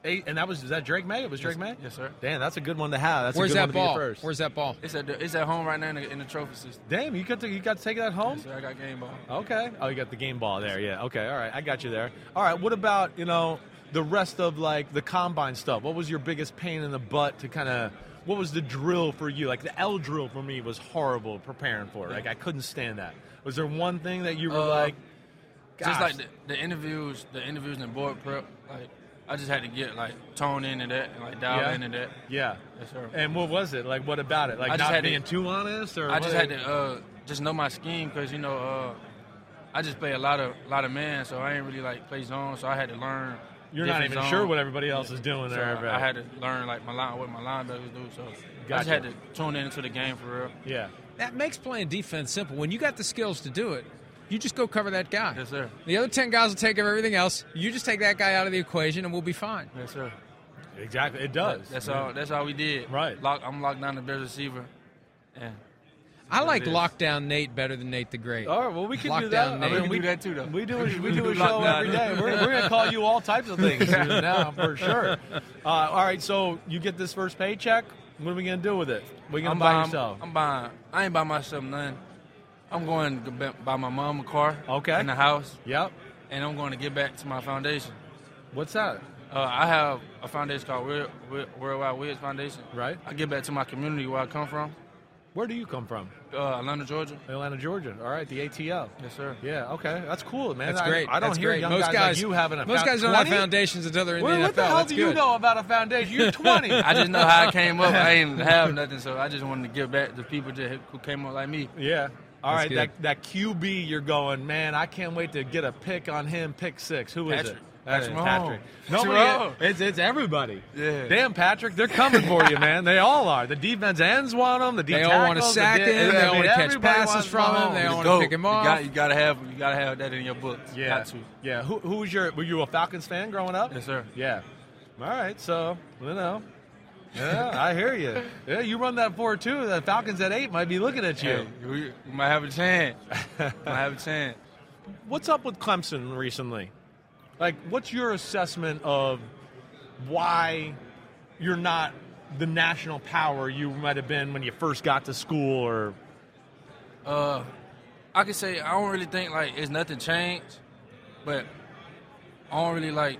[SPEAKER 3] Eight, and that was is that Drake May? It was Drake May.
[SPEAKER 7] Yes, sir.
[SPEAKER 3] Damn, that's a good one to have. That's
[SPEAKER 1] Where's
[SPEAKER 3] a
[SPEAKER 1] that
[SPEAKER 3] good one to be
[SPEAKER 1] ball?
[SPEAKER 3] first.
[SPEAKER 1] Where's that ball?
[SPEAKER 7] It's at the, it's at home right now in the, in the trophy system.
[SPEAKER 3] Damn, you got to you got to take that home.
[SPEAKER 7] So I got game ball.
[SPEAKER 3] Okay. Oh, you got the game ball there. Yeah. Okay. All right. I got you there. All right. What about you know the rest of like the combine stuff? What was your biggest pain in the butt to kind of? What was the drill for you? Like the L drill for me was horrible preparing for. it. Like I couldn't stand that. Was there one thing that you were
[SPEAKER 7] Uh,
[SPEAKER 3] like?
[SPEAKER 7] Just
[SPEAKER 3] gosh,
[SPEAKER 7] like the, the interviews, the interviews and board prep. Like I just had to get like toned into that and like dial
[SPEAKER 3] Yeah.
[SPEAKER 7] into that.
[SPEAKER 3] yeah.
[SPEAKER 7] Yes, sir.
[SPEAKER 3] And what was it? Like what about it? Like
[SPEAKER 7] I just
[SPEAKER 3] not
[SPEAKER 7] had to-
[SPEAKER 3] being too honest, or
[SPEAKER 7] I just
[SPEAKER 3] what?
[SPEAKER 7] had to uh, just know my scheme because you know uh, I just play a lot of lot of man, so I ain't really like play zone. So I had to learn.
[SPEAKER 3] You're not
[SPEAKER 7] different
[SPEAKER 3] even
[SPEAKER 7] zone.
[SPEAKER 3] sure what everybody else is doing
[SPEAKER 7] So
[SPEAKER 3] there,
[SPEAKER 7] I-
[SPEAKER 3] but-
[SPEAKER 7] I had to learn like my line, what my linebackers do. So I
[SPEAKER 3] Gotcha.
[SPEAKER 7] just had to tune into the game for real.
[SPEAKER 3] Yeah.
[SPEAKER 1] That makes playing defense simple. When you got the skills to do it, you just go cover that guy.
[SPEAKER 7] Yes, sir.
[SPEAKER 1] The other 10 guys will take care of everything else. You just take that guy out of the equation and we'll be fine.
[SPEAKER 7] Yes, sir.
[SPEAKER 3] Exactly. It does.
[SPEAKER 7] That's all. That's all we did.
[SPEAKER 3] Right.
[SPEAKER 7] Lock, I'm locked down the best receiver. Yeah.
[SPEAKER 1] I like
[SPEAKER 7] is.
[SPEAKER 1] lockdown Nate better than Nate the Great.
[SPEAKER 3] All right, Oh, well, we can do
[SPEAKER 1] Lockdown
[SPEAKER 3] that.
[SPEAKER 1] Nate. We can
[SPEAKER 7] do that too, though.
[SPEAKER 3] We do,
[SPEAKER 7] We
[SPEAKER 3] we
[SPEAKER 7] can- [laughs]
[SPEAKER 3] we
[SPEAKER 7] we
[SPEAKER 3] do
[SPEAKER 7] can
[SPEAKER 3] a
[SPEAKER 7] do
[SPEAKER 3] show
[SPEAKER 7] lockdown.
[SPEAKER 3] every day. We're, we're going to call you all
[SPEAKER 7] [laughs]
[SPEAKER 3] types of things now,
[SPEAKER 1] [laughs]
[SPEAKER 3] for sure. Uh, all right, so you get this first paycheck. What are we going to do with it? We're going
[SPEAKER 7] I'm
[SPEAKER 3] to buy
[SPEAKER 7] buying.
[SPEAKER 3] yourself.
[SPEAKER 7] I'm buying. I ain't buy myself none. I'm going to be- buy my mom a car.
[SPEAKER 3] Okay.
[SPEAKER 7] In the house,
[SPEAKER 3] yep.
[SPEAKER 7] and I'm going to get back to my foundation.
[SPEAKER 3] What's that?
[SPEAKER 7] Uh, I have a foundation called World, Worldwide Wiz Foundation.
[SPEAKER 3] Right.
[SPEAKER 7] I give back to my community where I come from,
[SPEAKER 3] Where do you come from?
[SPEAKER 7] uh, Atlanta, Georgia.
[SPEAKER 3] Atlanta, Georgia. All right, the ATL.
[SPEAKER 7] Yes, sir.
[SPEAKER 3] Yeah, okay. That's cool, man.
[SPEAKER 1] That's
[SPEAKER 3] I-
[SPEAKER 1] great.
[SPEAKER 3] I, don't
[SPEAKER 1] That's
[SPEAKER 3] hear
[SPEAKER 1] great.
[SPEAKER 3] young
[SPEAKER 1] most
[SPEAKER 3] guys, like you having a
[SPEAKER 1] most
[SPEAKER 3] found-
[SPEAKER 1] guys don't have
[SPEAKER 3] 20?
[SPEAKER 1] foundations until they're in
[SPEAKER 3] What,
[SPEAKER 1] the NFL.
[SPEAKER 3] what the hell
[SPEAKER 1] That's
[SPEAKER 3] do you
[SPEAKER 1] good.
[SPEAKER 3] know about a
[SPEAKER 7] [laughs]
[SPEAKER 3] foundation? You're 20.
[SPEAKER 7] I just know how I came up. I ain't have nothing, so I just wanted to give back to people that, who came up like me.
[SPEAKER 3] Yeah. All
[SPEAKER 1] That's
[SPEAKER 3] right,
[SPEAKER 1] good.
[SPEAKER 3] that, that QB you're going, man, I can't wait to get a pick on him, pick six. Who is
[SPEAKER 7] Patrick.
[SPEAKER 3] it?
[SPEAKER 7] Patrick
[SPEAKER 3] That is
[SPEAKER 7] Mahomes.
[SPEAKER 3] Nobody,
[SPEAKER 7] Jerome.
[SPEAKER 3] it's, it's everybody.
[SPEAKER 7] Yeah.
[SPEAKER 3] Damn, Patrick, they're coming for you, man. They all are. The defense ends want them. The D
[SPEAKER 1] They all want to
[SPEAKER 3] tackles, the
[SPEAKER 1] sack
[SPEAKER 3] D-
[SPEAKER 1] him. They
[SPEAKER 3] I
[SPEAKER 1] all
[SPEAKER 3] mean,
[SPEAKER 1] want to catch
[SPEAKER 3] everybody
[SPEAKER 1] passes
[SPEAKER 3] wants
[SPEAKER 1] from him.
[SPEAKER 3] Mahomes.
[SPEAKER 1] They all want
[SPEAKER 7] Go.
[SPEAKER 1] to pick him
[SPEAKER 7] You
[SPEAKER 1] off.
[SPEAKER 7] got, you gotta have, you gotta have that in your books.
[SPEAKER 3] Yeah.
[SPEAKER 7] Got to.
[SPEAKER 3] Yeah. Who, who was your? Were you a Falcons fan growing up?
[SPEAKER 7] Yes, sir.
[SPEAKER 3] Yeah. All right. So you know. Yeah, I hear you. Yeah, you run that four too. The Falcons at eight might be looking at you.
[SPEAKER 7] Hey, we, we might have a [laughs] chance. might have a chance.
[SPEAKER 3] What's up with Clemson recently? Like, what's your assessment of why you're not the national power you might have been when you first got to school? Or
[SPEAKER 7] Uh, I could say I don't really think like it's nothing changed, but I don't really like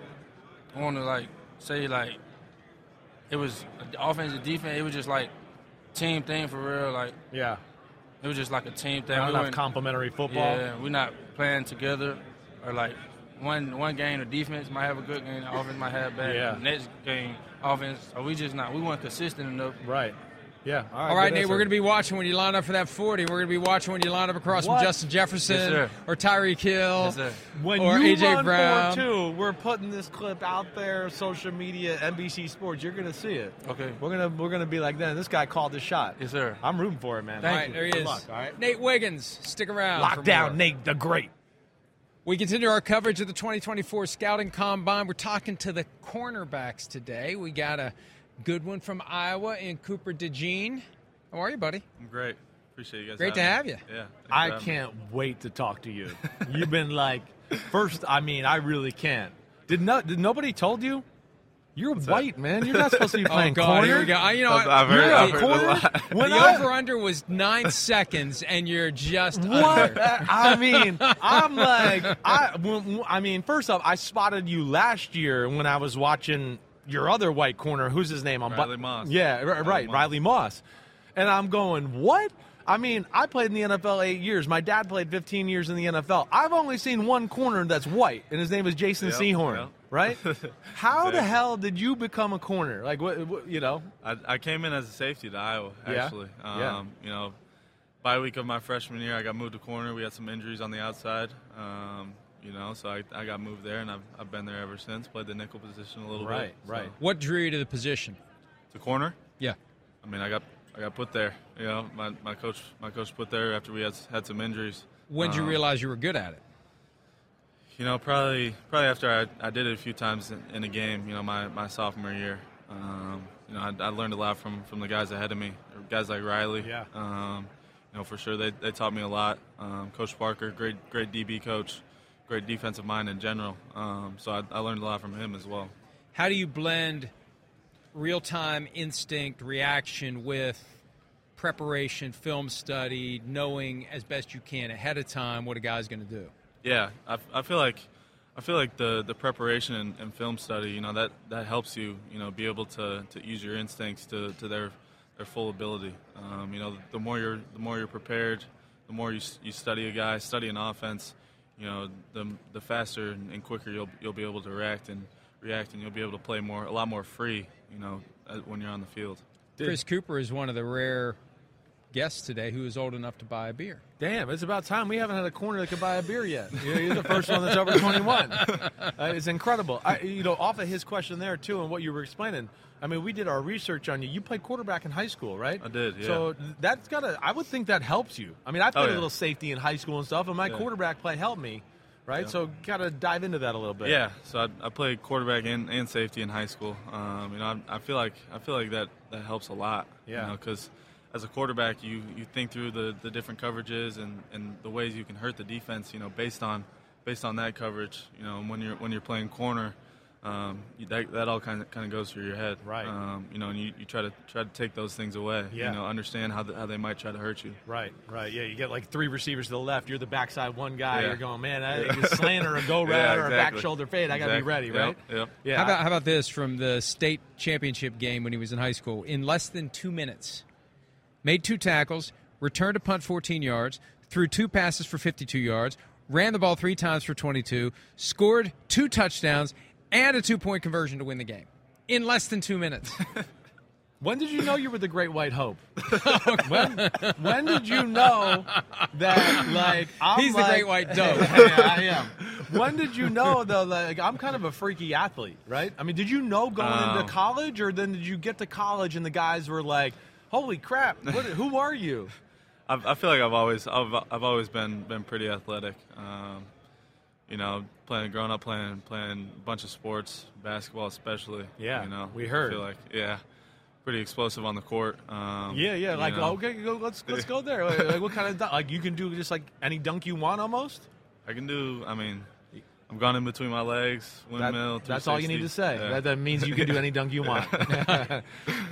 [SPEAKER 7] want to like say like it was offense and defense. It was just like team thing for real. Like
[SPEAKER 3] yeah,
[SPEAKER 7] it was just like a team thing.
[SPEAKER 3] not
[SPEAKER 7] We
[SPEAKER 3] enough
[SPEAKER 7] wasn't-
[SPEAKER 3] complimentary football.
[SPEAKER 7] yeah, we're not playing together or like one one game the defense might have a good game, the offense might have bad.
[SPEAKER 3] Yeah.
[SPEAKER 7] Next game offense, or we just not we weren't consistent enough.
[SPEAKER 3] Right. Yeah. All right,
[SPEAKER 1] All right,
[SPEAKER 3] good
[SPEAKER 1] Nate,
[SPEAKER 3] answer.
[SPEAKER 1] we're going to be watching when you line up for that 40. We're going to be watching when you line up across
[SPEAKER 3] What?
[SPEAKER 1] from Justin Jefferson
[SPEAKER 7] Yes, sir.
[SPEAKER 1] or Tyreek Hill
[SPEAKER 7] Yes, sir.
[SPEAKER 3] when
[SPEAKER 1] or
[SPEAKER 3] you
[SPEAKER 1] A.J.
[SPEAKER 3] run
[SPEAKER 1] Brown.
[SPEAKER 3] four two, we're putting this clip out there, social media, NBC Sports. You're gonna see it.
[SPEAKER 7] Okay.
[SPEAKER 3] We're gonna we're gonna be like, then this guy called the shot.
[SPEAKER 7] Yes, sir.
[SPEAKER 3] I'm rooting for it, man.
[SPEAKER 1] All
[SPEAKER 7] Thank
[SPEAKER 1] right,
[SPEAKER 7] you.
[SPEAKER 1] there he
[SPEAKER 3] Good
[SPEAKER 1] is.
[SPEAKER 3] luck, all right?
[SPEAKER 1] Nate Wiggins, stick around. for more.
[SPEAKER 3] Lockdown, Nate the Great.
[SPEAKER 1] We continue our coverage of the 2024 Scouting Combine. We're talking to the cornerbacks today. We got a good one from Iowa in Cooper DeJean. How are you, buddy?
[SPEAKER 6] I'm great. Appreciate you guys.
[SPEAKER 1] Great to
[SPEAKER 6] having
[SPEAKER 1] have
[SPEAKER 6] me. Yeah. thanks
[SPEAKER 3] I
[SPEAKER 6] for having me.
[SPEAKER 3] can't wait to talk to you. You've been like, first, I mean, I really can't. Did no, did nobody told you? You're white, man. You're not supposed to be playing
[SPEAKER 1] [laughs] oh, God,
[SPEAKER 3] corner.
[SPEAKER 1] here we go. I, you know,
[SPEAKER 6] I've-
[SPEAKER 1] I-
[SPEAKER 6] I've heard-
[SPEAKER 1] you're
[SPEAKER 6] I've
[SPEAKER 1] a
[SPEAKER 6] heard a
[SPEAKER 1] corner?
[SPEAKER 6] lot.
[SPEAKER 3] When
[SPEAKER 1] the
[SPEAKER 3] I-
[SPEAKER 1] over-under was
[SPEAKER 6] [laughs]
[SPEAKER 1] nine seconds, and you're just
[SPEAKER 3] What?
[SPEAKER 1] under.
[SPEAKER 3] [laughs] I mean, I'm like, I, w- w- I mean, first off, I spotted you last year when I was watching your other white corner. Who's his name? I'm bu-
[SPEAKER 6] Riley Moss.
[SPEAKER 3] Yeah, ri- right,
[SPEAKER 6] Moss.
[SPEAKER 3] Riley Moss. And I'm going, what? I mean, I played in the NFL eight years. My dad played 15 years in the NFL. I've only seen one corner that's white, and his name is Jason
[SPEAKER 6] Yep,
[SPEAKER 3] Sehorn.
[SPEAKER 6] yep. [laughs]
[SPEAKER 3] Right? How the
[SPEAKER 6] Exactly.
[SPEAKER 3] hell did you become a corner? Like, what? what you know?
[SPEAKER 6] I, I came in as a safety to Iowa,
[SPEAKER 3] Yeah.
[SPEAKER 6] actually.
[SPEAKER 3] Yeah.
[SPEAKER 6] Um, You know, by week of my freshman year, I got moved to corner. We had some injuries on the outside, um, you know, so I, I got moved there, and I've, I've been there ever since. Played the nickel position a little
[SPEAKER 3] Right,
[SPEAKER 6] bit.
[SPEAKER 3] right.
[SPEAKER 1] What drew you to the position?
[SPEAKER 6] To corner,
[SPEAKER 1] Yeah.
[SPEAKER 6] I mean, I got I got put there. You know, my, my coach my coach put there after we had had some injuries.
[SPEAKER 1] When did you
[SPEAKER 6] Um,
[SPEAKER 1] realize you were good at it?
[SPEAKER 6] You know, probably probably after I, I did it a few times in, in a game. You know, my, my sophomore year. Um, you know, I, I learned a lot from, from the guys ahead of me, or guys like Riley.
[SPEAKER 3] Yeah.
[SPEAKER 6] Um, you know, for sure they, they taught me a lot. Um, coach Parker, great great DB coach, great defensive mind in general. Um, so I, I learned a lot from him as well.
[SPEAKER 1] how do you blend real time instinct reaction with preparation, film study, knowing as best you can ahead of time what a guy's going to do?
[SPEAKER 8] Yeah, I, I feel like I feel like the the preparation and, and film study, you know, that that helps you, you know, be able to, to use your instincts to, to their their full ability. Um, you know, the, more you're the more you're prepared, the more you, s- you study a guy, study an offense, you know, the the faster and, and quicker you'll you'll be able to react and react, and you'll be able to play more a lot more free, you know, uh, when you're on the field.
[SPEAKER 1] Chris Cooper is one of the rare guests today who is old enough to buy a beer.
[SPEAKER 3] Damn, it's about time we haven't had a corner that could buy a beer yet. You know, you're the first one that's over
[SPEAKER 8] [laughs]
[SPEAKER 3] 21. Uh, it's incredible. I, you know, off of his question there too, and what you were explaining. I mean, we did our research on you. You played quarterback in high school, right? I
[SPEAKER 8] did, yeah.
[SPEAKER 3] So that's gotta. I would think that helps you. I mean, I
[SPEAKER 8] Oh,
[SPEAKER 3] played
[SPEAKER 8] yeah.
[SPEAKER 3] a little safety in high school and stuff, and my
[SPEAKER 8] Yeah.
[SPEAKER 3] quarterback play helped me, right?
[SPEAKER 8] Yeah.
[SPEAKER 3] So gotta dive into that a little bit.
[SPEAKER 8] Yeah, so I, I played quarterback and, and safety in high school. Um, you know, I, I feel like I feel like that, that helps a lot.
[SPEAKER 3] Yeah.
[SPEAKER 8] you because as a quarterback, you, you think through the, the different coverages and, and the ways you can hurt the defense. You know, based on based on that coverage. You know, and when you're when you're playing corner, um, you, that, that all kind of kind of goes through your head. Right. Um, you know, and you, you try to try to take those things away.
[SPEAKER 3] Yeah.
[SPEAKER 8] You know, understand how, the, how they might try to hurt you.
[SPEAKER 3] Right, right. Yeah, you get like three receivers to the left. You're the backside one guy.
[SPEAKER 8] Yeah.
[SPEAKER 3] You're going, man, I
[SPEAKER 8] Yeah.
[SPEAKER 3] yeah. a slant or a go
[SPEAKER 8] [laughs]
[SPEAKER 3] route
[SPEAKER 8] Yeah,
[SPEAKER 3] or a back
[SPEAKER 8] exactly.
[SPEAKER 3] shoulder fade. I got to be
[SPEAKER 8] Exactly. Yep,
[SPEAKER 3] ready, right?
[SPEAKER 8] yep.
[SPEAKER 3] Yeah.
[SPEAKER 1] How about how about this from the state championship game when he was in high school? In less than two minutes, made two tackles, returned a punt 14 yards, threw two passes for 52 yards, ran the ball three times for 22, scored two touchdowns and a two point conversion to win the game in less than two
[SPEAKER 3] [laughs]
[SPEAKER 1] minutes.
[SPEAKER 3] when did you know you were the Great White
[SPEAKER 1] [laughs]
[SPEAKER 3] Hope? [laughs] when, when did you know that like I'm
[SPEAKER 1] He's the
[SPEAKER 3] like-
[SPEAKER 1] Great White Dope.
[SPEAKER 3] [laughs] yeah, I am. When did you know though? Like I'm kind of a freaky athlete, right? I mean, did you know going
[SPEAKER 8] Oh.
[SPEAKER 3] into college, or then did you get to college and the guys were like, "Holy crap, what, who are you?"
[SPEAKER 8] I, I feel like I've always I've, I've always been been pretty athletic. Um, you know, playing growing up playing playing a bunch of sports, basketball especially.
[SPEAKER 3] Yeah,
[SPEAKER 8] you know,
[SPEAKER 3] we
[SPEAKER 8] I
[SPEAKER 3] heard.
[SPEAKER 8] feel like yeah, pretty explosive on the court. Um,
[SPEAKER 3] Yeah, yeah.
[SPEAKER 8] you
[SPEAKER 3] Like,
[SPEAKER 8] know.
[SPEAKER 3] okay, go, let's let's go there. Like, like, what kind of dunk? Like, you can do just like any dunk you want, almost.
[SPEAKER 8] I can do. I mean, I've gone in between my legs, windmill.
[SPEAKER 3] That's all you need to say.
[SPEAKER 8] 360. Yeah.
[SPEAKER 3] That, that means you can do any dunk
[SPEAKER 8] [laughs]
[SPEAKER 3] you want.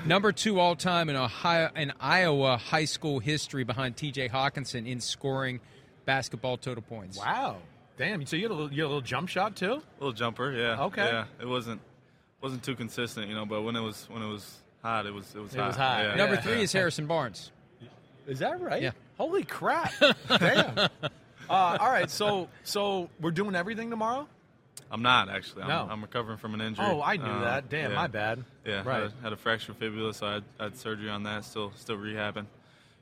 [SPEAKER 1] Number two all time in Ohio in Iowa high school history behind T.J. Hawkinson in scoring basketball total points.
[SPEAKER 3] wow, damn. So you had a little, you had a little jump shot too.
[SPEAKER 8] little jumper. Yeah.
[SPEAKER 3] Okay.
[SPEAKER 8] Yeah, it wasn't wasn't too consistent, you know, but when it was when it was hot, it was it was
[SPEAKER 3] It
[SPEAKER 8] hot.
[SPEAKER 3] was hot,
[SPEAKER 8] Yeah.
[SPEAKER 1] Number
[SPEAKER 3] yeah.
[SPEAKER 1] three is Harrison Barnes.
[SPEAKER 3] Is that right?
[SPEAKER 1] Yeah.
[SPEAKER 3] Holy crap! damn. Uh, all right, so so we're doing everything tomorrow.
[SPEAKER 8] I'm not actually. I'm,
[SPEAKER 3] No.
[SPEAKER 8] I'm recovering from an injury.
[SPEAKER 3] Oh, I knew
[SPEAKER 8] Um,
[SPEAKER 3] that. Damn,
[SPEAKER 8] yeah.
[SPEAKER 3] my bad.
[SPEAKER 8] Yeah,
[SPEAKER 3] Right.
[SPEAKER 8] had, had a fractured fibula, so I had, I had surgery on that. Still, still rehabbing.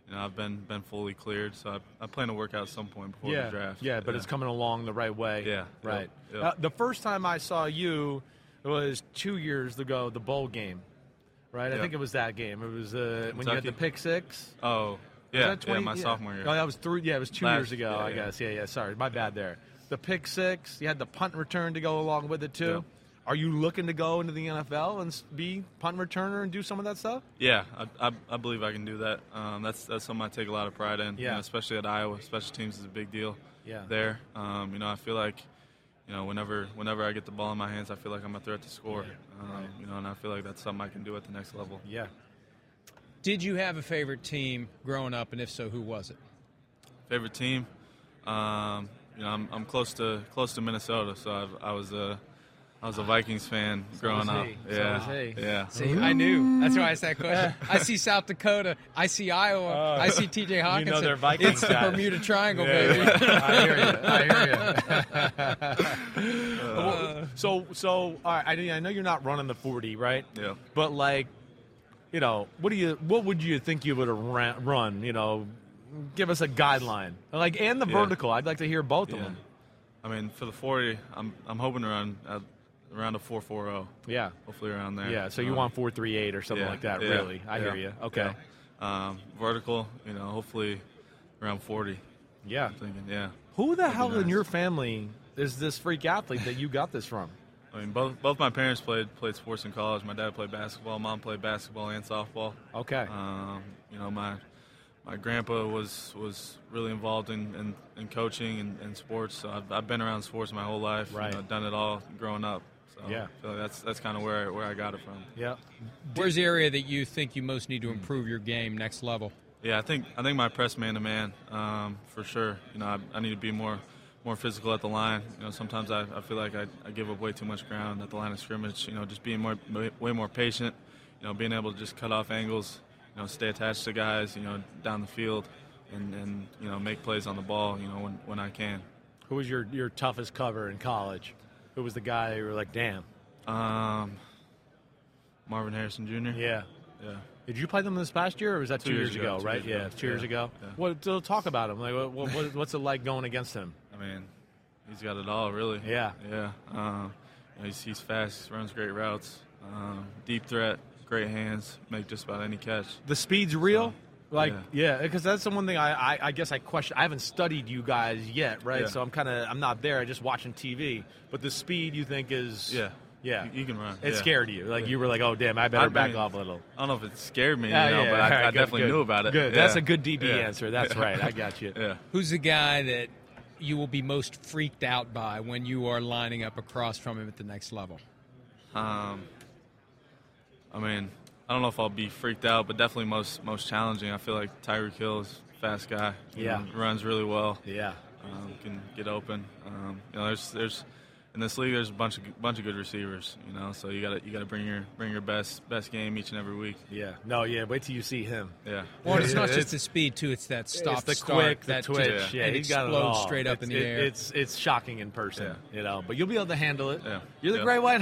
[SPEAKER 8] You know, I've been been fully cleared, so I, I plan to work out at some point before
[SPEAKER 3] yeah.
[SPEAKER 8] the draft.
[SPEAKER 3] Yeah, but it's coming along the right way.
[SPEAKER 8] Yeah,
[SPEAKER 3] Right.
[SPEAKER 8] yep, yep.
[SPEAKER 3] Uh, the first time I saw you was two years ago, the bowl game. Right. I
[SPEAKER 8] Yep.
[SPEAKER 3] think it was that game. It was uh, when you had
[SPEAKER 8] Kentucky?
[SPEAKER 3] the pick six.
[SPEAKER 8] Oh,
[SPEAKER 3] Was
[SPEAKER 8] yeah,
[SPEAKER 3] that 20
[SPEAKER 8] yeah, my sophomore year.
[SPEAKER 3] No, that was three. Yeah, it was two
[SPEAKER 8] Last-
[SPEAKER 3] years ago,
[SPEAKER 8] yeah,
[SPEAKER 3] I
[SPEAKER 8] yeah.
[SPEAKER 3] guess. Yeah, yeah. Sorry, my bad there. The pick six. You had the punt return to go along with it too.
[SPEAKER 8] Yeah.
[SPEAKER 3] Are you looking to go into the NFL and s- be punt returner and do some of that stuff?
[SPEAKER 8] Yeah, I, I, I believe I can do that. Um, that's that's something I take a lot of pride in. you
[SPEAKER 3] Yeah.
[SPEAKER 8] know, especially at Iowa, special teams is a big deal.
[SPEAKER 3] Yeah.
[SPEAKER 8] There, um, you know, I feel like, you know, whenever whenever I get the ball in my hands, I feel like I'm a threat to score. Um, You know, and I feel like that's something I can do at the next level.
[SPEAKER 3] Yeah.
[SPEAKER 1] Did you have a favorite team growing up, and if so, who was it?
[SPEAKER 8] Favorite team? Um, you know, I'm, I'm close to close to Minnesota, so I've, I was a I was a Vikings fan growing
[SPEAKER 3] was
[SPEAKER 8] up.
[SPEAKER 3] he. So
[SPEAKER 8] Yeah,
[SPEAKER 3] was he.
[SPEAKER 8] yeah.
[SPEAKER 1] See, I knew. That's why I asked that
[SPEAKER 3] [laughs]
[SPEAKER 1] question. I see South Dakota. I see Iowa.
[SPEAKER 3] Oh.
[SPEAKER 1] I see T.J. Hawkinson.
[SPEAKER 3] they're Vikings
[SPEAKER 1] It's the
[SPEAKER 3] guys.
[SPEAKER 1] Bermuda Triangle,
[SPEAKER 3] [laughs]
[SPEAKER 1] baby.
[SPEAKER 3] I hear you. I hear you. [laughs] Well, so, so all right, I, I know you're not running the forty, right?
[SPEAKER 8] Yeah.
[SPEAKER 3] But like, you know, what do you? What would you think you would have ra- run? You know, give us a guideline, like, and the
[SPEAKER 8] Yeah.
[SPEAKER 3] vertical. I'd like to hear both of them.
[SPEAKER 8] I mean, for the 40, I'm I'm hoping to run at, around a 4.40.
[SPEAKER 3] Yeah.
[SPEAKER 8] Hopefully around there.
[SPEAKER 3] Yeah. So you
[SPEAKER 8] Um,
[SPEAKER 3] want four three eight or something
[SPEAKER 8] yeah,
[SPEAKER 3] like that?
[SPEAKER 8] yeah,
[SPEAKER 3] really? I
[SPEAKER 8] yeah,
[SPEAKER 3] hear you. Okay.
[SPEAKER 8] yeah. Um, vertical, you know, hopefully around 40.
[SPEAKER 3] Yeah.
[SPEAKER 8] I'm thinking, yeah.
[SPEAKER 3] Who the
[SPEAKER 8] That'd be
[SPEAKER 3] hell in
[SPEAKER 8] nice.
[SPEAKER 3] your family is this freak athlete that you got this from?
[SPEAKER 8] I mean, both both my parents played played sports in college. My dad played basketball. Mom played basketball and softball.
[SPEAKER 3] Okay.
[SPEAKER 8] Um, you know, my my grandpa was was really involved in, in, in coaching and, and sports. So I've, I've been around sports my whole life. you
[SPEAKER 3] Right.
[SPEAKER 8] know, done it all growing up. So
[SPEAKER 3] Yeah.
[SPEAKER 8] I feel like that's that's kind of where I, where I got it from.
[SPEAKER 3] Yeah.
[SPEAKER 1] Where's the area that you think you most need to improve your game next level?
[SPEAKER 8] Yeah, I think I think my press man to man um, for sure. You know, I, I need to be more more physical at the line. You know, sometimes I, I feel like I, I give up way too much ground at the line of scrimmage. You know, just being more way more patient. You know, being able to just cut off angles. You know, stay attached to guys. You know, down the field, and, and you know make plays on the ball. You know, when, when I can.
[SPEAKER 3] Who was your, your toughest cover in college? Who was the guy you were like, damn?
[SPEAKER 8] Um, Marvin Harrison Jr.
[SPEAKER 3] Yeah.
[SPEAKER 8] Yeah.
[SPEAKER 3] Did you play them this past year, or was that two, years, ago?
[SPEAKER 8] two
[SPEAKER 3] right?
[SPEAKER 8] years
[SPEAKER 3] yeah,
[SPEAKER 8] ago.
[SPEAKER 3] two years
[SPEAKER 8] Yeah.
[SPEAKER 3] ago.
[SPEAKER 8] Yeah.
[SPEAKER 3] What? so talk about him. Like, what, what, what's it like going against him?
[SPEAKER 8] I mean, he's got it all, really.
[SPEAKER 3] Yeah.
[SPEAKER 8] Yeah. Um, you know, he's, he's fast, runs great routes, um, deep threat, great hands, make just about any catch.
[SPEAKER 3] The speed's real. like,
[SPEAKER 8] yeah.
[SPEAKER 3] yeah, because that's the one thing I, I, I guess I question. I haven't studied you guys yet, right?
[SPEAKER 8] Yeah.
[SPEAKER 3] So I'm kind of I'm not there. I just watching TV. But the speed you think is
[SPEAKER 8] Yeah.
[SPEAKER 3] yeah.
[SPEAKER 8] You, you can run.
[SPEAKER 3] It
[SPEAKER 8] yeah.
[SPEAKER 3] scared you. Like
[SPEAKER 8] Yeah.
[SPEAKER 3] you were like, oh damn, I better back
[SPEAKER 8] mean,
[SPEAKER 3] off a little.
[SPEAKER 8] I don't know if it scared me,
[SPEAKER 3] Yeah,
[SPEAKER 8] you know,
[SPEAKER 3] yeah, [laughs]
[SPEAKER 8] but I,
[SPEAKER 3] all right,
[SPEAKER 8] I
[SPEAKER 3] good,
[SPEAKER 8] definitely
[SPEAKER 3] good.
[SPEAKER 8] knew about it.
[SPEAKER 3] Good.
[SPEAKER 8] Yeah.
[SPEAKER 3] That's a good DB
[SPEAKER 8] Yeah.
[SPEAKER 3] answer. That's right. I
[SPEAKER 8] [laughs]
[SPEAKER 3] got you.
[SPEAKER 8] Yeah.
[SPEAKER 1] Who's the guy that you will be most freaked out by when you are lining up across from him at the next level?
[SPEAKER 8] Um, I mean, I don't know if I'll be freaked out, but definitely most most challenging. I feel like Tyreek Hill is a fast guy. you
[SPEAKER 3] Yeah.
[SPEAKER 8] know, runs really well.
[SPEAKER 3] Yeah,
[SPEAKER 8] um, can get open. Um, you know, there's there's in this league there's a bunch of bunch of good receivers. You know, so you got to you got to bring your bring your best best game each and every week.
[SPEAKER 3] Yeah. No. Yeah. Wait till you see him.
[SPEAKER 8] Yeah.
[SPEAKER 1] Well, it's not just the speed too; it's that stop,
[SPEAKER 3] it's the
[SPEAKER 1] start,
[SPEAKER 3] quick, the
[SPEAKER 1] that
[SPEAKER 3] twitch.
[SPEAKER 1] just-
[SPEAKER 3] yeah,
[SPEAKER 1] it
[SPEAKER 3] he's got it
[SPEAKER 1] explodes
[SPEAKER 3] all.
[SPEAKER 1] straight up
[SPEAKER 3] It's-
[SPEAKER 1] in the
[SPEAKER 3] it-
[SPEAKER 1] air.
[SPEAKER 3] It's it's shocking in person, you know. But you'll be able to handle it.
[SPEAKER 8] Yeah.
[SPEAKER 3] You're the
[SPEAKER 8] Yeah.
[SPEAKER 3] great white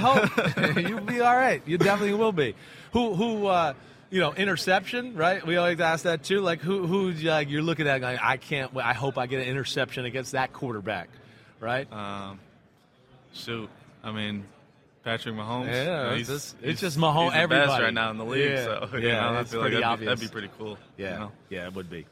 [SPEAKER 8] [laughs]
[SPEAKER 3] hope. [laughs] you'll be all right. You definitely will be. Who who uh, you know interception? Right? We always ask that too. Like who who like you're looking at? Like I can't. wait. I hope I get an interception against that quarterback. Right?
[SPEAKER 8] Um, shoot, I mean, Patrick Mahomes.
[SPEAKER 3] Yeah,
[SPEAKER 8] you know,
[SPEAKER 3] it's
[SPEAKER 8] he's-
[SPEAKER 3] just- it's
[SPEAKER 8] he's-
[SPEAKER 3] just Mahomes-
[SPEAKER 8] He's the best
[SPEAKER 3] everybody.
[SPEAKER 8] right now in the league.
[SPEAKER 3] Yeah.
[SPEAKER 8] So [laughs] you
[SPEAKER 3] Yeah,
[SPEAKER 8] know, I
[SPEAKER 3] it's
[SPEAKER 8] feel like
[SPEAKER 3] pretty
[SPEAKER 8] that'd be, that'd
[SPEAKER 3] obvious.
[SPEAKER 8] be pretty cool.
[SPEAKER 3] Yeah.
[SPEAKER 8] you know?
[SPEAKER 3] Yeah, it would be.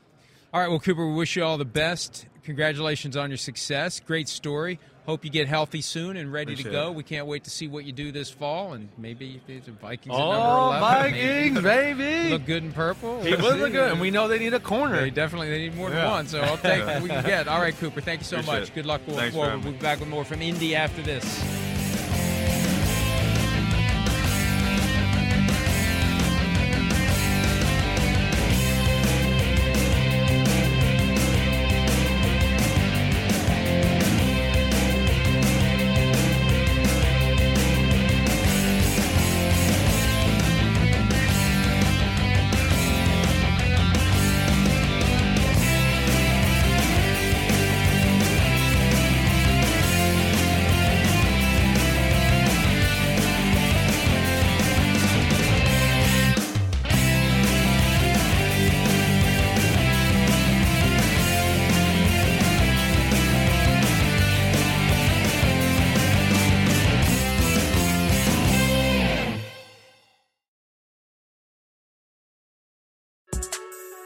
[SPEAKER 1] All right, well, Cooper, we wish you all the best. Congratulations on your success. Great story. Hope you get healthy soon and ready
[SPEAKER 8] Appreciate
[SPEAKER 1] to go.
[SPEAKER 8] it.
[SPEAKER 1] We can't wait to see what you do this fall, and maybe if there's a Vikings at
[SPEAKER 3] Oh,
[SPEAKER 1] number 11. maybe
[SPEAKER 3] Vikings, baby!
[SPEAKER 1] Look good in purple.
[SPEAKER 3] He
[SPEAKER 1] We'll
[SPEAKER 3] would look
[SPEAKER 1] see.
[SPEAKER 3] good, and we know they need a corner.
[SPEAKER 1] [laughs] They definitely they need more than
[SPEAKER 3] Yeah.
[SPEAKER 1] one, so I'll take what we can get. All right, Cooper, thank you so
[SPEAKER 8] Appreciate
[SPEAKER 1] much.
[SPEAKER 8] it.
[SPEAKER 1] Good luck going
[SPEAKER 8] Thanks for
[SPEAKER 1] forward.
[SPEAKER 8] having
[SPEAKER 1] We'll
[SPEAKER 8] me.
[SPEAKER 1] be back with more from Indy after this.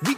[SPEAKER 9] We